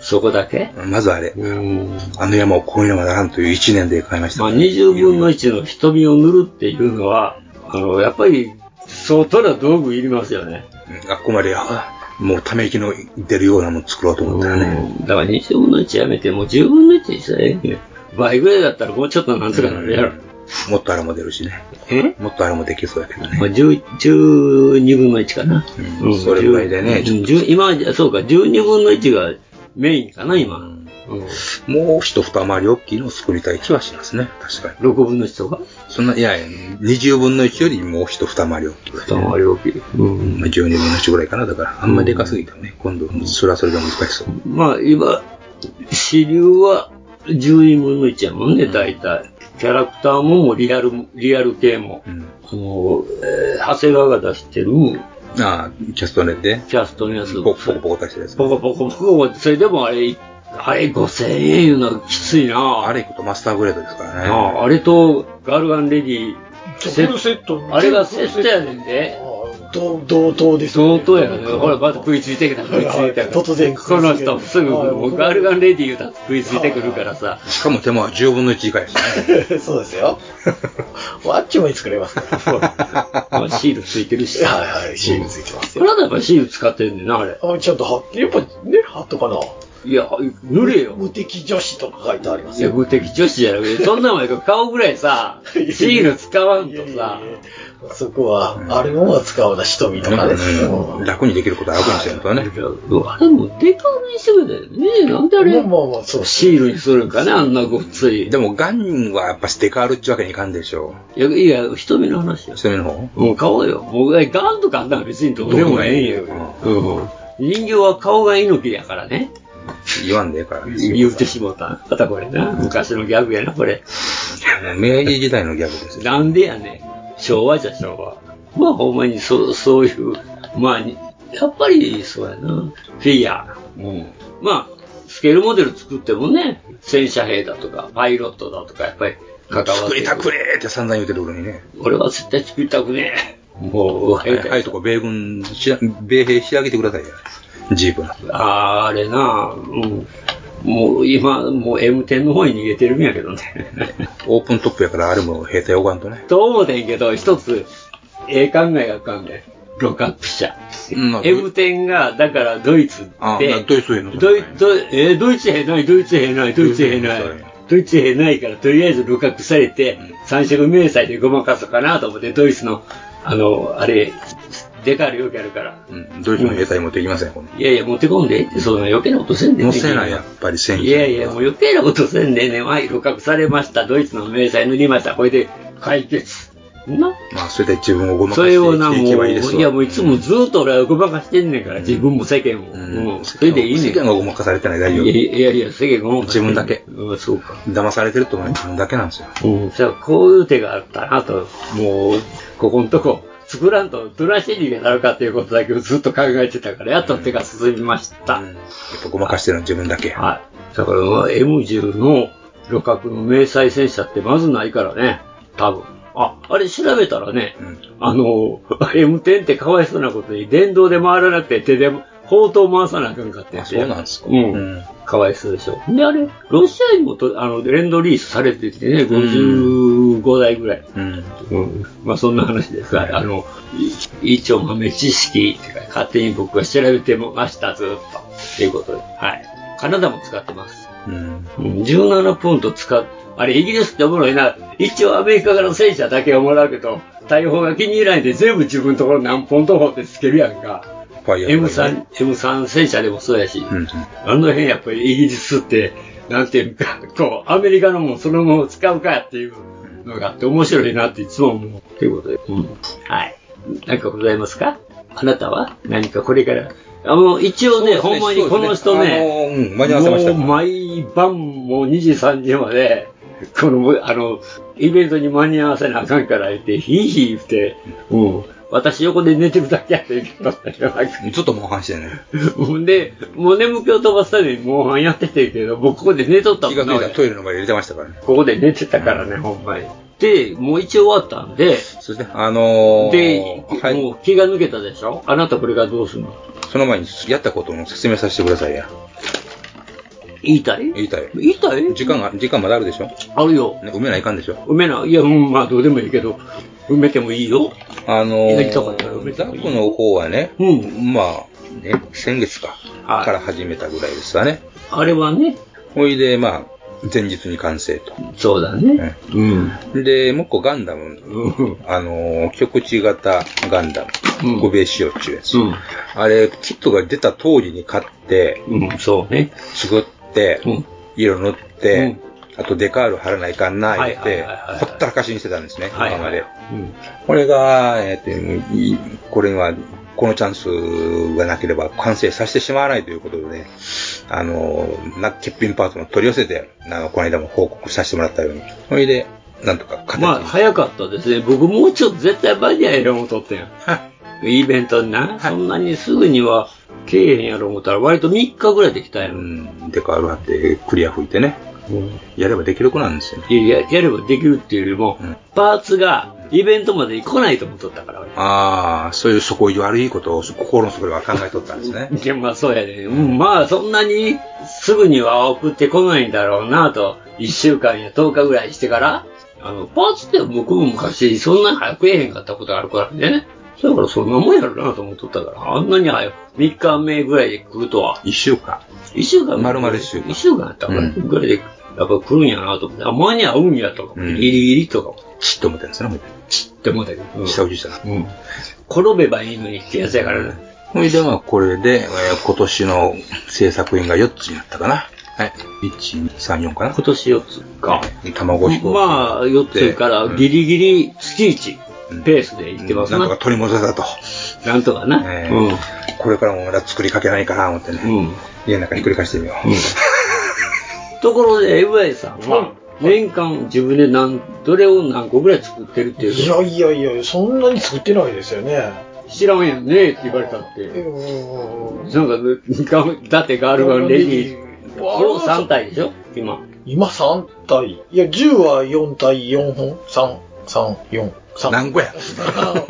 [SPEAKER 6] そこだけ
[SPEAKER 7] まずあれ。あの山をこういう山ならんという1年で買いました。
[SPEAKER 6] まあ、20分の1の瞳を塗るっていうのは、あの、やっぱり、相当な道具いりますよね。
[SPEAKER 7] あっこまで、あもうため息の出るようなもの作ろうと思ったらね。
[SPEAKER 6] だから20分の1やめて、もう10分の1にしたらええね倍ぐらいだったらもうちょっとなんとかなるやろ。
[SPEAKER 7] もっとあれも出るしね。もっとあれもできそうやけどね。
[SPEAKER 6] まあ、10 12分の1かな。うん
[SPEAKER 7] それぐらいでね
[SPEAKER 6] 10うん10今、そうか、12分の1がメインかな、今。うん。
[SPEAKER 7] もう一二回り大きいのを作りたい気はしますね。確かに。
[SPEAKER 6] 6分の1とか
[SPEAKER 7] そんな、いやいや、20分の1よりもう一二回り大きいぐらい。
[SPEAKER 6] 二回り大きい。うん。
[SPEAKER 7] まあ、12分の1ぐらいかな。だから、あんまりでかすぎてもね、今度、それはそれで難しそう。
[SPEAKER 6] まあ今、支流は12分の1やもんね、大体。キャラクターももうリアルも、リアル系も。その、えー長谷川が出してる
[SPEAKER 7] ああ、キャストネで。
[SPEAKER 6] キャストのやつ。
[SPEAKER 7] ポコポコポコ出してるやつ。
[SPEAKER 6] ポコポコポコ、それでもあれ、あれ5000円いうのはきついな
[SPEAKER 7] あれ行くとマスターグレードですからね。
[SPEAKER 6] あああれと、ガルガンレディ、セ
[SPEAKER 8] フルセット
[SPEAKER 6] あれがセットやねんで。
[SPEAKER 8] 同同等です、
[SPEAKER 6] 同等や ねん。ほら、また食いついてきた、食いついてくる。
[SPEAKER 8] 突然
[SPEAKER 6] この人もすぐ、もうガルガンレディ言うたら食いついてくるから さ。
[SPEAKER 7] しかも手間は10分の1以下ですね。
[SPEAKER 8] そうで すよ。ワッチも作れますから。
[SPEAKER 6] まあシールついてるし。
[SPEAKER 8] はいはい、シールついてます
[SPEAKER 6] これはやっぱシール使ってんねんな、あれ。
[SPEAKER 8] よ。あちゃんと貼って、やっぱね、貼っとかな。
[SPEAKER 6] いや、塗れよ。
[SPEAKER 8] 無敵女子とか書いてあります
[SPEAKER 6] いや、
[SPEAKER 8] よ。
[SPEAKER 6] 無敵女子じゃなくて、そんなもんやけど顔ぐらいさ、シール使わんとさ。
[SPEAKER 8] そこは、あれの方が使うな、瞳とかね。
[SPEAKER 7] うん楽にできることは楽にしてるとね。
[SPEAKER 6] あれもデカにしてくれたよね。なんであれ、シールにするんかね、あんなごっつい。
[SPEAKER 7] でも、ガンはやっぱステカールっちゅうわけにいかんでしょ
[SPEAKER 6] いや、いや、瞳の話よ
[SPEAKER 7] う。。それの方
[SPEAKER 6] もう顔よ。もう、ガンとかあんなの別にどうでもええんよ。うん。人形は顔が猪木やからね。
[SPEAKER 7] 言わんでええから。
[SPEAKER 6] 言うてしもうた。またこれな。昔のギャグやな、これ。
[SPEAKER 7] 明治時代のギャグですよ。
[SPEAKER 6] なんでやねん。昭和じゃ昭和。まあほんまにそう、そういう、まあに、やっぱりそうやな。フィギュア。まあ、スケールモデル作ってもね、戦車兵だとか、パイロットだとか、やっぱり関わってくる
[SPEAKER 7] 作りたくねえって散々言うてるのにね。
[SPEAKER 6] 俺は絶対作りたくねえ。もう、
[SPEAKER 7] はい、はい、とこ米軍しら、米兵仕上げてくださいよ。ジープの。
[SPEAKER 6] あーあれな、うん、もう今、もう M10 の方に逃げてるんやけどね。
[SPEAKER 7] オープントップやから、あれも兵隊おかんとね。
[SPEAKER 6] と思うてんけど、一つ、ええ考えがあかんねん。ロカップ社。
[SPEAKER 7] うん、まあ
[SPEAKER 6] M10 が、だからドイツ
[SPEAKER 7] あ
[SPEAKER 6] で、
[SPEAKER 7] ドイツへの。
[SPEAKER 6] ドイドイえードイツ兵ない、ドイツ兵ない、ドイツ兵ない。ドイツ兵ないから、とりあえず露獲されて、三色迷彩でごまかそうかなと思って、ドイツの、あの、あれ、デカールよくやるから。
[SPEAKER 7] うんドイツの兵隊もできません、この。
[SPEAKER 6] いやいや、持ってこんでええって、そんな余計なことせんでええ
[SPEAKER 7] 乗
[SPEAKER 6] ねん
[SPEAKER 7] せない、やっぱり戦車。
[SPEAKER 6] いやいや、もう余計なことせんでええねん。はい、露獲されました。ドイツの迷彩塗りました。これで解決。な
[SPEAKER 7] まあ、それで自分をごまか
[SPEAKER 6] そ
[SPEAKER 7] して
[SPEAKER 6] れをな、も、
[SPEAKER 7] いうけばいいですわ。
[SPEAKER 6] いや、もういつもずっと俺はごまかしてんねんから、自分も世間を。うんそれでいいねん。
[SPEAKER 7] 世間がごまかされてない、大丈夫。
[SPEAKER 6] いやいやいや、世間ごまかして
[SPEAKER 7] 自
[SPEAKER 6] んね
[SPEAKER 7] 分
[SPEAKER 6] ん
[SPEAKER 7] だけ。
[SPEAKER 6] うん、そうか。
[SPEAKER 7] 騙されてると思うのは自分だけなんですよ。
[SPEAKER 6] うん、じゃあこういう手があったなと、もう、ここのとこ、作らんとどないして逃げなるかっていうことだけをずっと考えてたから、やっと手が進みました。
[SPEAKER 7] やっぱごまかしてるのは自分だけ。
[SPEAKER 6] はい。だから、M10 の旅客の明細戦車ってまずないからね、多分。あ、あれ調べたらね、あの、M10 ってかわいそうなことに電動で回らなくて手で、砲塔回さなあかんかって。そうなん
[SPEAKER 7] です
[SPEAKER 6] か。うん。かわいそうでしょ。で、あれ、ロシアにもとあの、レンドリースされてきてね、55台ぐらい。
[SPEAKER 7] うん。
[SPEAKER 6] うん、まあそんな話ですが、あの、い一応豆知識っていうか、勝手に僕が調べてました、ずっと。っていうことで。はい。カナダも使ってます。
[SPEAKER 7] うん。
[SPEAKER 6] うん17ポンド使っ、あれ、イギリスっておもろいな。一応アメリカからの戦車だけはもらうけど、大砲が気に入らないで全部自分のところ何ポンド砲ってつけるやんか。
[SPEAKER 7] ファイヤー
[SPEAKER 6] M3、M3 戦車でもそうやし、
[SPEAKER 7] うん。
[SPEAKER 6] あの辺やっぱりイギリスって、なんていうか、 こう、アメリカのもんそのまま使うかっていうのがあって面白いなっていつも思う。ということで。はい。なんかございますかあなたは何かこれから。あの、一応ね、ほ
[SPEAKER 7] そうで
[SPEAKER 6] ん
[SPEAKER 7] すね
[SPEAKER 6] まにこの人ね、
[SPEAKER 7] そうですねあのうん間に合わせました
[SPEAKER 6] もう毎晩もう2時3時まで、 この、あの、イベントに間に合わせなあかんから言って、ヒーヒー言って、うん。私横で寝てるだけやってるけど、
[SPEAKER 7] ちょっとモンハンしてね。
[SPEAKER 6] ほんで、もう眠気を飛ばすためにモンハンやっててけど、僕ここで寝とったも
[SPEAKER 7] 気
[SPEAKER 6] ん
[SPEAKER 7] が
[SPEAKER 6] な
[SPEAKER 7] 付いたらトイレの前に入れてましたからね。
[SPEAKER 6] ここで寝てたからね、ほんまに。で、もう一応終わったんで、
[SPEAKER 7] そして、あのー、
[SPEAKER 6] で、もう気が抜けたでしょあなたこれからどうするの
[SPEAKER 7] その前にやったことの説明させてくださいや。
[SPEAKER 6] 言いたい
[SPEAKER 7] 言いたい。
[SPEAKER 6] 言いたい
[SPEAKER 7] 時間が、時間まだあるでしょ
[SPEAKER 6] あるよ。
[SPEAKER 7] ね、埋めないかんでしょ
[SPEAKER 6] 埋めない。いや、うん、まあどうでもいいけど、埋めてもいいよ。
[SPEAKER 7] あの
[SPEAKER 6] や
[SPEAKER 7] ー
[SPEAKER 6] りたかったら埋めて
[SPEAKER 7] ザ
[SPEAKER 6] もいい
[SPEAKER 7] ックの方はね、まあ、ね、先月か、
[SPEAKER 6] はい
[SPEAKER 7] から始めたぐらいですわね。
[SPEAKER 6] あれはね、
[SPEAKER 7] ほいで、まあ、前日に完成と。
[SPEAKER 6] そうだね。うん。
[SPEAKER 7] で、もう一個ガンダム、あのー極地型ガンダム、
[SPEAKER 6] うん
[SPEAKER 7] ゴベシオっていうやつ。
[SPEAKER 6] うん
[SPEAKER 7] あれ、キットが出た当時に買って、
[SPEAKER 6] うん、そうね。
[SPEAKER 7] 作って、色塗って、あとデカール貼らないかんな、言って、ほったらかしにしてたんですね、今まで。これが、えっといこれには、このチャンスがなければ完成させてしまわないということで、あの、な欠品パーツも取り寄せて、あの、この間も報告させてもらったように。それで、なんとか
[SPEAKER 6] まあ、早かったですね。僕もうちょっと絶対間に合える思うとってん。イベントにな。そんなにすぐには来えへんやろ思ったら、割と3日ぐらいできたやん。
[SPEAKER 7] デカール貼って、クリア吹いてね、やればできる子なんですよね。
[SPEAKER 6] いやややればできるっていうよりも、パーツがイベントまでに来ないと思っとったから、俺
[SPEAKER 7] ああ、そういう底意地悪いことを心の底では考えとったんですね。
[SPEAKER 6] いやまあそうやね。うん、まあそんなにすぐには送ってこないんだろうなと、1週間や10日ぐらいしてから、あの、パーツって僕も昔そんなに早くえへんかったことあるからね。だからそんなもんやろなと思っとったから、あんなに早く、3日目ぐらいで来るとは。
[SPEAKER 7] 1週間。
[SPEAKER 6] 1週間丸々1週間。1週間やったから、ぐらいでやっぱ来るんやなと思って、あ、間に合うんやとか、ギリギリとか。
[SPEAKER 7] ちっと思ったんですね、もう
[SPEAKER 6] ちっと思ったけど。うん
[SPEAKER 7] 下打ちした。
[SPEAKER 6] うん。転べばいいのにってやつやからね。
[SPEAKER 7] ほいで、まあ、これで、えー今年の制作員が4つになったかな。はい。1、2、3、4かな。今
[SPEAKER 6] 年4つか。
[SPEAKER 7] 卵飛行機。
[SPEAKER 6] まあ、4つからギリギリ月1ペースで行ってます
[SPEAKER 7] なんとか
[SPEAKER 6] な。
[SPEAKER 7] 取り戻せたと。
[SPEAKER 6] なんとかな。
[SPEAKER 7] えー
[SPEAKER 6] うん。
[SPEAKER 7] これからもまだ作りかけないかな、思ってね。家の中ひっくり返してみよう。
[SPEAKER 6] ところで、エブイさんは、年間自分で何、どれを何個ぐらい作ってるっていう
[SPEAKER 8] いやいやいや、そんなに作ってないですよね。
[SPEAKER 6] 知らんやんねって言われたって。なんか、ガだってガールガンレディー、これを3体でしょ今。
[SPEAKER 8] 今3体。いや、10は4体4本 ?3、3、4、3。
[SPEAKER 7] 何個や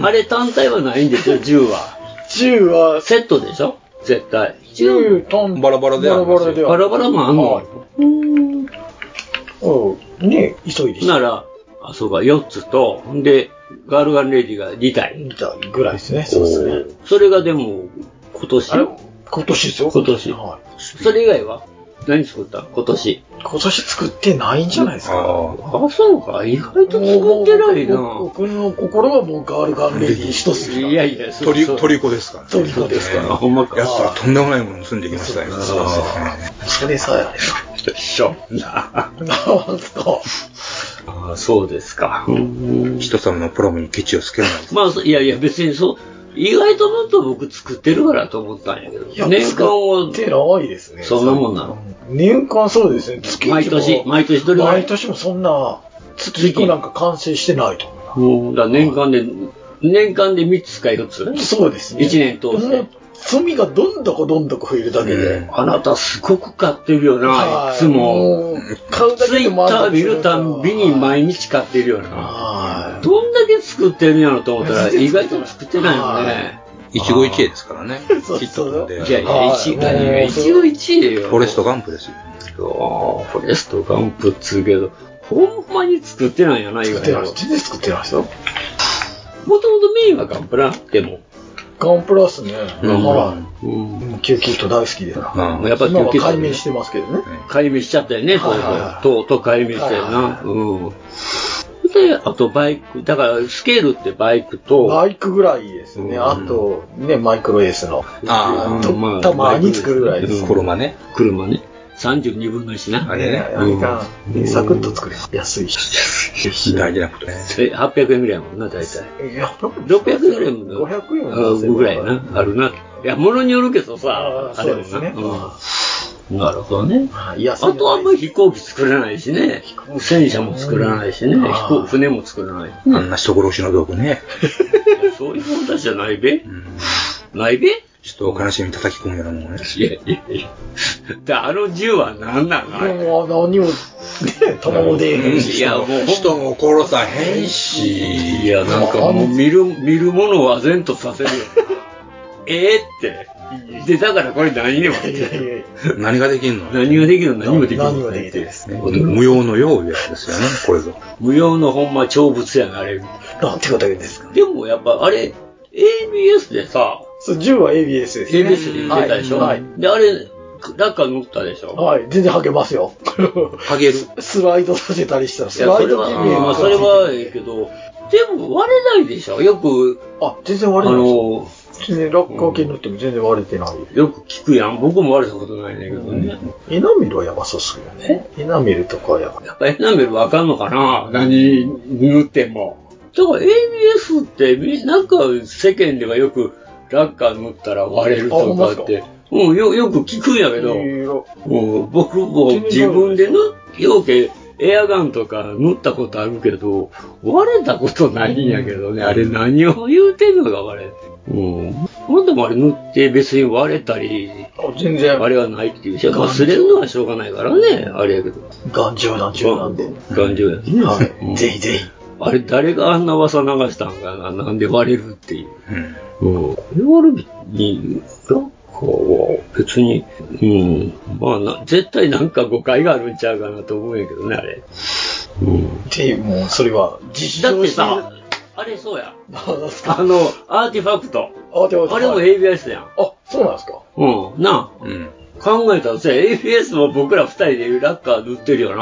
[SPEAKER 6] あれ単体はないんですよ、10は。
[SPEAKER 8] 10は。
[SPEAKER 6] セットでしょ絶対。
[SPEAKER 8] 10単
[SPEAKER 7] バラバラでありますよ
[SPEAKER 6] バラバラもあんの
[SPEAKER 8] うん。ね急いで
[SPEAKER 6] なら、あ、そうか、4つと、ほんで、ガールガンレディが2体。
[SPEAKER 8] 2体ぐらいですね。そうですね。
[SPEAKER 6] それがでも、今年
[SPEAKER 8] 今年ですよ。
[SPEAKER 6] 今年。それ以外は何作った今年。
[SPEAKER 8] 今年作ってないんじゃないですか。
[SPEAKER 6] あ、そうか。意外と作ってないな。
[SPEAKER 8] 僕の心はもうガールガンレディー一つ。
[SPEAKER 6] いやいや、
[SPEAKER 7] トリトリコですから、ね。
[SPEAKER 8] トリコですから。
[SPEAKER 6] ほんま
[SPEAKER 7] やったらとんでもないもの盗んできましたよ。
[SPEAKER 8] それさえ あれ
[SPEAKER 6] ば。しょ。なあ、そうですか。
[SPEAKER 7] 人様のプロムにケチをつけるなんて。
[SPEAKER 6] まあ、そいやいや、別にそう、意外ともっと僕作ってるからと思ったんやけど、
[SPEAKER 8] や
[SPEAKER 6] 年間は、
[SPEAKER 8] 作ってないですね
[SPEAKER 6] そんなもんなの。
[SPEAKER 8] 年間そうですね。月一も
[SPEAKER 6] 毎年毎年どれぐらい
[SPEAKER 8] 毎年もそんな、月一個なんか完成してないと思
[SPEAKER 6] うんだから年間で、年間で3つか4つ
[SPEAKER 8] う。そうですね。
[SPEAKER 6] 1年通し
[SPEAKER 8] もう
[SPEAKER 6] て。
[SPEAKER 8] 罪がどんどこどんどこ増えるだけで。
[SPEAKER 6] あなたすごく買ってるよな、
[SPEAKER 8] はい
[SPEAKER 6] いつも。
[SPEAKER 8] 買うだ
[SPEAKER 6] ツ
[SPEAKER 8] け
[SPEAKER 6] イ
[SPEAKER 8] で
[SPEAKER 6] ッ
[SPEAKER 8] も
[SPEAKER 6] ター見るたんびに毎日買ってるよな。どんだけ作ってるんやろと思った ら、意外と作ってないよね。
[SPEAKER 7] 一期一会ですか らね。きっとで。
[SPEAKER 6] いやいや、一何が一期一会よ。
[SPEAKER 7] フォレストガンプですよ。
[SPEAKER 6] ああ、フォレストガンプっつうけど、ほんまに作ってないんやな、意外と。
[SPEAKER 8] 全然作ってないですよ。
[SPEAKER 6] もともとメインはガンプラでも。
[SPEAKER 8] ガンプラっすね。
[SPEAKER 6] うん
[SPEAKER 8] はい。うんキューキット大好きで。
[SPEAKER 6] うんやっぱり
[SPEAKER 8] 今は
[SPEAKER 6] キューキット
[SPEAKER 8] 解明してますけどね。
[SPEAKER 6] 解明しちゃったよね、とう
[SPEAKER 8] はいはい
[SPEAKER 6] とう。とうとう解明したよな。うん。で、あとバイク、だからスケールってバイクと、
[SPEAKER 8] バイクぐらいですね。あと、ね、マイクロエースの。
[SPEAKER 6] あ
[SPEAKER 8] とたまに作るぐらいです。
[SPEAKER 7] 車ね。
[SPEAKER 6] 車ね。32分の1な。あ
[SPEAKER 7] れね
[SPEAKER 8] あれが、ねサクッと作れます。安いし。
[SPEAKER 7] 大事なことね。
[SPEAKER 6] え、800円ぐらいやもんな、大体。
[SPEAKER 8] いや、
[SPEAKER 6] 600円ぐらいもんな。
[SPEAKER 8] 500円
[SPEAKER 6] あぐらいな。あるな。いや、ものによるけどさ、
[SPEAKER 8] そうですね
[SPEAKER 6] あれもな。うんなるほどね。
[SPEAKER 8] いや
[SPEAKER 6] あとはあんまり飛行機作らないしね。戦車も作らないしね。
[SPEAKER 7] うん
[SPEAKER 6] 飛行船も作らない。
[SPEAKER 7] あんな人殺しの道具ね。
[SPEAKER 6] そういうもんたちじゃないべないべ
[SPEAKER 7] 人を悲しみに叩き込むようなもんね。
[SPEAKER 6] いやいやいや。で、あの銃は何なのあれ
[SPEAKER 8] もう何も、ね、卵でえへんし。
[SPEAKER 6] いや、もうほん
[SPEAKER 7] 人も殺さへんし。
[SPEAKER 6] いや、なんかもう見る、見るものを唖然とさせるよ。 ええって。で、だからこれ何にも。
[SPEAKER 7] 何ができんの
[SPEAKER 6] 何ができるの何もできるの
[SPEAKER 8] できてですね。
[SPEAKER 7] 無用の用や つですよね、これぞ。
[SPEAKER 6] 無用のほんま長物やな、あれ。
[SPEAKER 8] なんてこと言うんですか。
[SPEAKER 6] でもやっぱあれ、ABS でさ、
[SPEAKER 8] そう、銃は ABS ですね。
[SPEAKER 6] ABS で言ってたでしょ、
[SPEAKER 8] はい。
[SPEAKER 6] で、あれ、ラッカー乗ったでしょ
[SPEAKER 8] はい、全然はけますよ。
[SPEAKER 7] はげる。
[SPEAKER 8] スライドさせたりしたら、
[SPEAKER 6] い
[SPEAKER 8] ス
[SPEAKER 6] や、
[SPEAKER 8] ラ
[SPEAKER 6] そ
[SPEAKER 8] イ
[SPEAKER 6] れ
[SPEAKER 8] ド
[SPEAKER 6] は、
[SPEAKER 8] 機能
[SPEAKER 6] まあ、
[SPEAKER 8] がつい
[SPEAKER 6] そ
[SPEAKER 8] て
[SPEAKER 6] れ
[SPEAKER 8] て
[SPEAKER 6] はええけど、でも割れないでしょよく、
[SPEAKER 8] あ、全然
[SPEAKER 6] あ
[SPEAKER 8] 割れない。
[SPEAKER 6] の、
[SPEAKER 8] 別に落下系塗っても全然割れてない。
[SPEAKER 6] よく聞くやん。僕も割れたことないねんだけどね。
[SPEAKER 8] エナメルはやばそうっすよね。エナメルとかはやばい。
[SPEAKER 6] やっぱエナメルわかんのかな何塗っても。だから ABS ってみ、なんか世間ではよくラッカー塗ったら割れるとかって。うん、よ、よく聞くんやけど、うん、僕も自分で塗っようけ、エアガンとか塗ったことあるけど、割れたことないんやけどね、あれ何を言うてんのか、あれ。うん。なんでもあれ塗って別に割れたり、
[SPEAKER 8] 全然
[SPEAKER 6] あれはないっていうし、忘れるのはしょうがないからね、あれやけど。
[SPEAKER 8] 頑丈なんちゅうなんで。
[SPEAKER 6] 頑丈やね。
[SPEAKER 8] はい。ぜひぜひ。
[SPEAKER 6] あれ、誰があんな噂流したんかな、なんで割れるっていう。うん。これ割るに、なんかは別に、うん。まあな、絶対なんか誤解があるんちゃうかなと思うんやけどね、あれ。
[SPEAKER 8] っていう、もう、それは、実
[SPEAKER 6] 証してだってさ、あれそうや。あの、アーティファクト。あれも ABS やん。
[SPEAKER 8] あ、そうなんですか
[SPEAKER 6] うん。なあ。考えたらさ、ABS も僕ら二人でラッカー塗ってるよ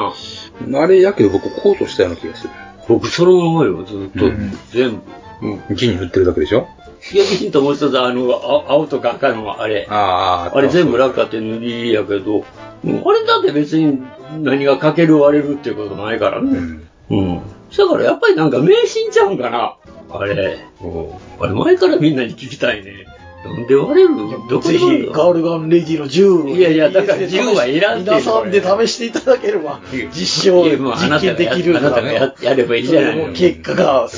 [SPEAKER 6] な。
[SPEAKER 7] あれやけど僕コートしたような気がする。
[SPEAKER 6] 僕そのままよ、ずっと。全部。うん。
[SPEAKER 7] 木に塗ってるだけでしょ
[SPEAKER 6] ヒゲヒントもう一つ、あの、あ青とか赤のあれ。
[SPEAKER 7] あ
[SPEAKER 6] あれ全部ラッカーって塗りやけど、うんあれだって別に何がかける割れるってことないからね。うん。だからやっぱりなんか迷信ちゃうんかな。あれ。うんあれ前からみんなに聞きたいね。なんで割れるどこ
[SPEAKER 8] ぜ
[SPEAKER 6] で割れ
[SPEAKER 8] ひ、
[SPEAKER 6] る
[SPEAKER 8] ガールガンレディの10
[SPEAKER 6] いやいや、だから銃はいらんって
[SPEAKER 8] 皆さんで試していただければ、実証、
[SPEAKER 6] いやもうあな
[SPEAKER 8] 実
[SPEAKER 6] たが
[SPEAKER 8] 験で
[SPEAKER 6] や
[SPEAKER 8] きる
[SPEAKER 6] あなたがややればいいじゃないの
[SPEAKER 8] もう結果が、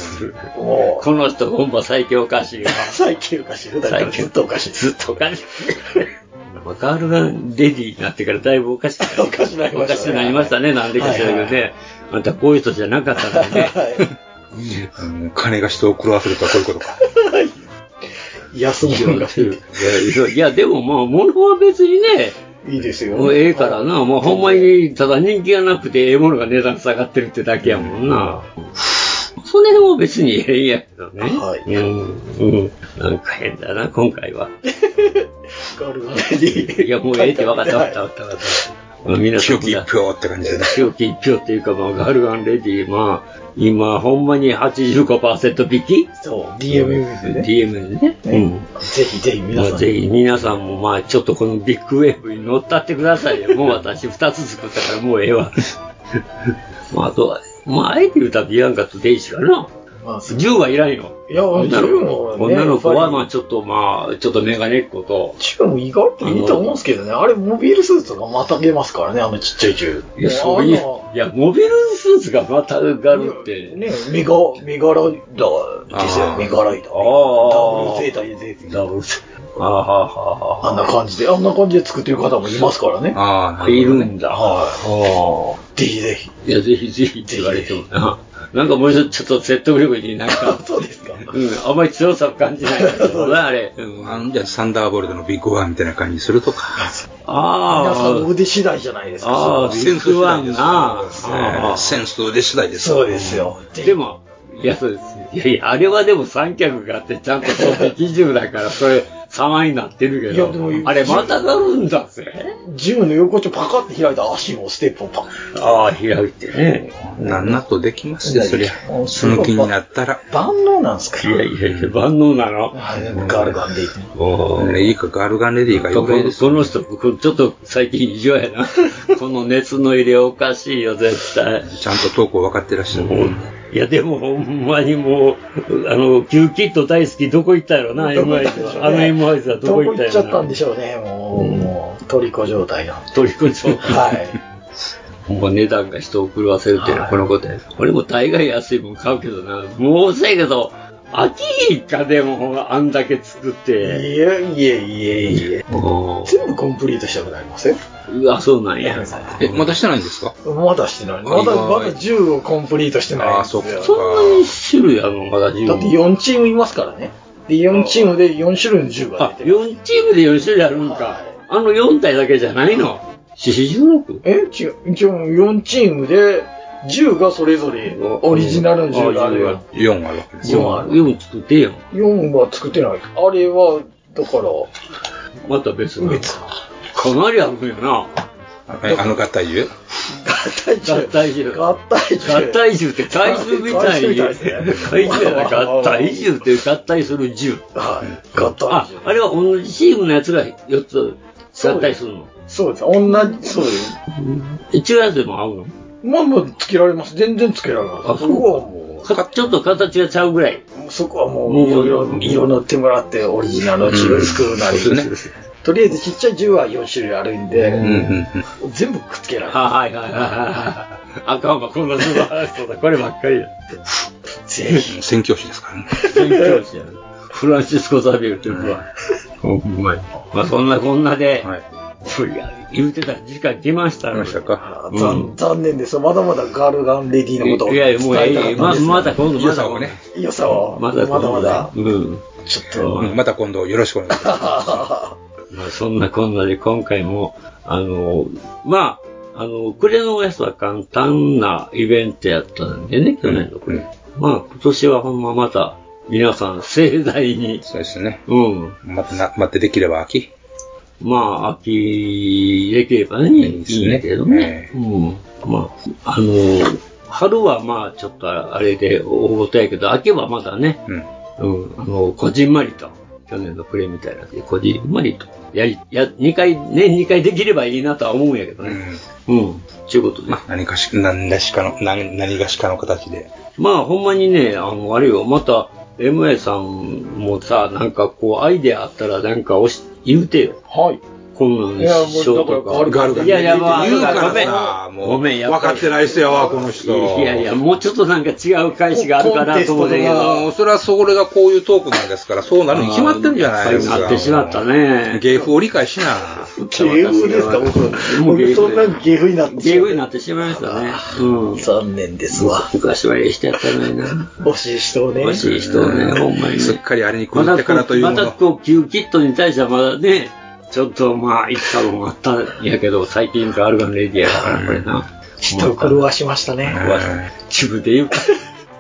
[SPEAKER 6] この人ほんま最強おかしいわ。
[SPEAKER 8] 最強おかしい。
[SPEAKER 6] 最強ずっとおかしい。ずっとおかしい。ガールがレディーになってからだいぶおかしくな おかしくなりましたね。なんでか知らんけどね。あんたこういう人じゃなかった から ね。
[SPEAKER 7] うん金が人を狂わせるとはそういうことか。
[SPEAKER 8] 安
[SPEAKER 6] 物がいやいや、でもまあ、物は別にね、
[SPEAKER 8] いいですよ。
[SPEAKER 6] もうええからな、もうほんまに、ただ人気がなくて、ええものが値段下がってるってだけやもんな。それも別にええんやけどね。はい。うん。うん。なんか変だな、今回は。
[SPEAKER 8] ガールガン
[SPEAKER 6] いや、もうええって分かった分かった分かった分かった。みんな清き一
[SPEAKER 7] 票って感じだね。
[SPEAKER 6] 清き一票っていうか、まあ、ガールガンレディ、まあ、今、ほんまに85%引き
[SPEAKER 8] そう、DMM でね。
[SPEAKER 6] DM ね。うん。
[SPEAKER 8] ぜひぜひ皆さん。
[SPEAKER 6] ぜひ皆さんも、まあ、ちょっとこのビッグウェーブに乗ったってくださいよ。もう私2つ作ったからもうええ わ。まあ、あとは、まあ、あえて言うたらビアンカとデイジかな。銃はいらんよ。
[SPEAKER 8] いや、
[SPEAKER 6] 女の
[SPEAKER 8] 10
[SPEAKER 6] 子
[SPEAKER 8] も、ね、
[SPEAKER 6] 女の子は、まあ、ちょっと、まあ、ちょっとメガネっ子と。
[SPEAKER 8] 銃も意外といいと思うんですけどね。あれ、モビールスーツとかまたげますからね、あのちっちゃい銃。
[SPEAKER 6] いや、そういう、いや、モビルスーツがまたがるって。
[SPEAKER 8] ね、メガ、メガライダーですよ、メガライダー。
[SPEAKER 6] ああ。
[SPEAKER 8] ダブルゼータ、イゼー
[SPEAKER 6] ダブルゼータ。ああ、はあ、は
[SPEAKER 8] あんな感じで、あんな感じで作ってる方もいますからね。
[SPEAKER 7] あ
[SPEAKER 6] いるんだ。は
[SPEAKER 8] ぜひぜひ。
[SPEAKER 6] い。いや、ぜひぜひって言われてもな。なんかもうちょっとちょっと説得力になんか。
[SPEAKER 8] そうですか。
[SPEAKER 6] うん、あんまり強さを感じないけど な、あれ。うん
[SPEAKER 7] あのじゃあ、サンダーボルトのビッグワンみたいな感じにするとか。
[SPEAKER 6] あ
[SPEAKER 8] 皆さんの腕次第じゃないですか。
[SPEAKER 6] ああ、
[SPEAKER 7] セン
[SPEAKER 6] ビ
[SPEAKER 7] ス
[SPEAKER 6] ッグワンな。
[SPEAKER 7] ああセンスと腕次第です。
[SPEAKER 8] そうですよ。
[SPEAKER 6] でも、いや、そうです。いやいや、あれはでも三脚があって、ちゃんと標的銃だから、それ、様になってるけど、あれまたがるんだぜ。
[SPEAKER 8] ジムの横丁パカって開いた足もステップをパッ。
[SPEAKER 6] ああ、開いてね。
[SPEAKER 7] なんなとできますよ、そりゃ。その気になったら。
[SPEAKER 8] 万能なんすか
[SPEAKER 6] いやいやいや、万能なの。
[SPEAKER 8] ガルガンでいい。
[SPEAKER 7] いいか、ガルガンレディーがいい
[SPEAKER 6] こ
[SPEAKER 7] ぐらいです。
[SPEAKER 6] この人、こちょっと最近異常やな。この熱の入れおかしいよ、絶対。
[SPEAKER 7] ちゃんとトークを分かってらっしゃる。
[SPEAKER 6] いや、でもほんまにもう、あの、キューキット大好き、どこ行ったやろな、
[SPEAKER 8] どこ
[SPEAKER 6] MI
[SPEAKER 8] 行っ
[SPEAKER 6] ズ
[SPEAKER 8] たでしょうね
[SPEAKER 6] は。あの MI ズはど
[SPEAKER 8] ど
[SPEAKER 6] こ
[SPEAKER 8] こ
[SPEAKER 6] 行っ
[SPEAKER 8] 行
[SPEAKER 6] た
[SPEAKER 8] っ
[SPEAKER 6] や
[SPEAKER 8] ちゃ
[SPEAKER 6] ろ
[SPEAKER 8] った
[SPEAKER 6] な。
[SPEAKER 8] んでしょうね、もう、もう、トリコ状態が。
[SPEAKER 6] トリコ状態。
[SPEAKER 8] はい。
[SPEAKER 6] ほんま値段が人を狂わせるっていうのはこのことや。俺も大概安いもん買うけどな。もうせやけど、飽きひんか、でも、あんだけ作って。
[SPEAKER 8] いやいやいやいや。
[SPEAKER 6] おー
[SPEAKER 8] 全部コンプリートしたくなりません
[SPEAKER 6] うわ、そうなんや。
[SPEAKER 7] え、まだしてないんですか
[SPEAKER 8] まだしてない。まだ、まだ銃をコンプリートしてないんですよ。
[SPEAKER 6] そんなに種類あるのまだ自
[SPEAKER 8] だって4チームいますからね。で、4チームで4種類の銃が
[SPEAKER 6] あ、4チームで4種類あるんか。あの4体だけじゃないの。四四十六
[SPEAKER 8] え違う。一応4チームで、銃がそれぞれオリジナルの銃があるよ。
[SPEAKER 7] 4あるわけです
[SPEAKER 6] 4ある。4作ってよ。
[SPEAKER 8] 4は作ってない。あれは、だから、
[SPEAKER 6] また別の。かなりあるんやな。
[SPEAKER 7] えあの合体銃
[SPEAKER 8] 体重。合体
[SPEAKER 6] 重。
[SPEAKER 8] 合体重。
[SPEAKER 6] 合体重って体重みたいに。
[SPEAKER 8] 合体重みたいですね
[SPEAKER 6] 体重やな、合体重って合体する銃。
[SPEAKER 8] はい。合体
[SPEAKER 6] あ、あれは同じチームのやつが4つ合体するの。
[SPEAKER 8] そうです。同じ、そうです。
[SPEAKER 6] 違うやつでも合うの
[SPEAKER 8] まあまあ、つけられます。全然つけられます。
[SPEAKER 6] あ、そこはもう。かちょっと形がちゃうぐらい。
[SPEAKER 8] そこはもう、いろいろ、いろ塗ってもらって、オリジナルの銃を作るなり。とりあえずちっちゃい銃は4種類あるんで、全部くっつけられる。
[SPEAKER 6] はいはいはいはい。あかんわ、こんな素晴らしそうだ。こればっかりや。
[SPEAKER 8] ぜ
[SPEAKER 7] ひ。宣教師ですからね。
[SPEAKER 6] 宣教師やね。フランシスコ・ザビエルっていうのは。ほんまにまあそんなこんなで、そういや言うてた時間来ましたね。ました
[SPEAKER 7] か。
[SPEAKER 8] 残残念です。まだまだガールガンレディのことを
[SPEAKER 6] い
[SPEAKER 8] 伝
[SPEAKER 6] やい
[SPEAKER 8] え
[SPEAKER 6] や
[SPEAKER 8] た
[SPEAKER 6] もうええ
[SPEAKER 8] かったんです
[SPEAKER 6] ままた今度
[SPEAKER 8] 良
[SPEAKER 6] ま
[SPEAKER 8] さ
[SPEAKER 6] た
[SPEAKER 8] を
[SPEAKER 6] 今度
[SPEAKER 8] ね。良さを。まだまだ。
[SPEAKER 6] うん。
[SPEAKER 8] ちょっ
[SPEAKER 7] うんまた今度よろしくお願いします。
[SPEAKER 6] まあ、そんなこんなで今回も、あの、まあ、あの、暮れのおやつは簡単なイベントやったんでね、去年の暮れ。まあ、今年はほんままた、皆さん盛大に。
[SPEAKER 7] そうですね。
[SPEAKER 6] うん。
[SPEAKER 7] またな、またできれば秋。
[SPEAKER 6] まあ、秋できればね、いいけどね。うん。まあ、あの、春はまあ、ちょっとあれで大ごとやけど、秋はまだね、うん、あの、こじんまりと、去年の暮れみたいな、こじんまりと、やり、や、2回、年2回できればいいなとは思うんやけどね。うん。ちゅうことで。
[SPEAKER 7] まあ、何かし、何らしかの、何、何がしかの形で。
[SPEAKER 6] まあ、ほんまにね、あの、あれよ、また、MA さんもさ、なんかこう、アイデアあったら、なんかおし、言うてよ。
[SPEAKER 8] はい。
[SPEAKER 6] こんなんしようとか。いやいや、まあ、
[SPEAKER 7] 言うか
[SPEAKER 6] ごめん
[SPEAKER 7] らさ、もう、
[SPEAKER 6] ごめん、や
[SPEAKER 7] 分かってない人やわ、この人。
[SPEAKER 6] いやいや、もうちょっとなんか違う返しがあるかなと思うんだけど。
[SPEAKER 7] もうそれはそれがこういうトークなんですから、そうなるに決まってるじゃないですか。
[SPEAKER 6] なってしまったね。
[SPEAKER 7] 芸風を理解しな。
[SPEAKER 8] 芸風ですか僕、僕そんな芸風になって
[SPEAKER 6] ゲームになってしまいましたね。うん。
[SPEAKER 8] 残念ですわ。
[SPEAKER 6] 昔はいい人やったのにな。
[SPEAKER 8] 惜しい人をね。
[SPEAKER 6] 惜しい人をね、ほんまに。すっ
[SPEAKER 7] かりあれに
[SPEAKER 6] 食
[SPEAKER 7] いてからというもの
[SPEAKER 6] またこう、旧キットに対してはまだね、ちょっとまあ、いつかもあったんやけど、最近ガールガンレディアだから、これな。
[SPEAKER 8] 人を狂わしましたね。
[SPEAKER 6] 自分で言うか。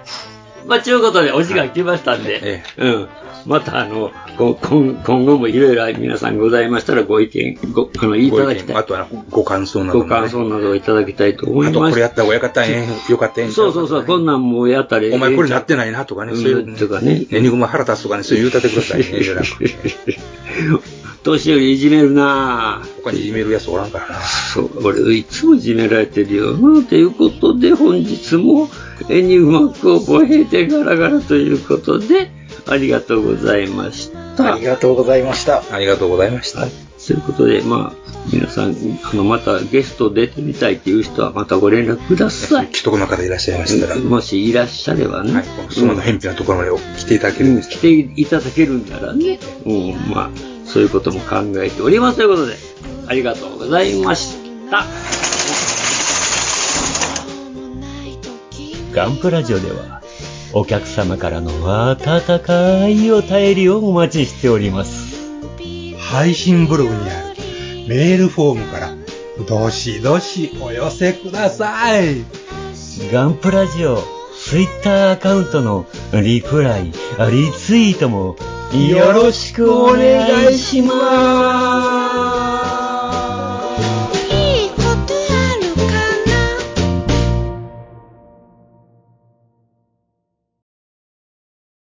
[SPEAKER 6] まあ、ちゅうことで、お時間来ましたんで、うん。また、あの、こ今今後もいろいろ皆さんございましたら、ご意見、ご、あの、いただきたい。あ
[SPEAKER 7] とは、ご感想など
[SPEAKER 6] ご感想などをいただきたいと思います。
[SPEAKER 7] あとこれやった方がよかったんやよかったんや
[SPEAKER 6] そうそうそう、こんなんもうやったらええ
[SPEAKER 7] お前これなってないなとかね、そういう。
[SPEAKER 6] とかね。
[SPEAKER 7] エニグマ腹立つとかね、そういう言うたってくださ いね。 遠慮なく
[SPEAKER 6] 年寄りいじめるなぁ
[SPEAKER 7] 他にいじめるやつおらんからな。
[SPEAKER 6] そう、俺いつもいじめられてるよなということで、本日もエニグマ高校閉店ガラガラということで、ありがとうございました。あり
[SPEAKER 8] がとうございました。
[SPEAKER 7] ありがとうございました。
[SPEAKER 6] ということで、まあ、皆さん、あの、またゲスト出てみたいっていう人は、またご連絡ください。
[SPEAKER 7] 既得の方いらっしゃいましたら。
[SPEAKER 6] もしいらっしゃればね。
[SPEAKER 7] その偏僻なところまで来ていただけるんです
[SPEAKER 6] 来ていただけるんならね、うん、まあ、そういうことも考えておりますということで、ありがとうございました。
[SPEAKER 9] ガンプラジオでは、お客様からの温かいお便りをお待ちしております。
[SPEAKER 5] 配信ブログにあるメールフォームから、どしどしお寄せください。
[SPEAKER 9] ガンプラジオ、ツイッターアカウントのリプライ、リツイートもよろしくお願いします。
[SPEAKER 6] します。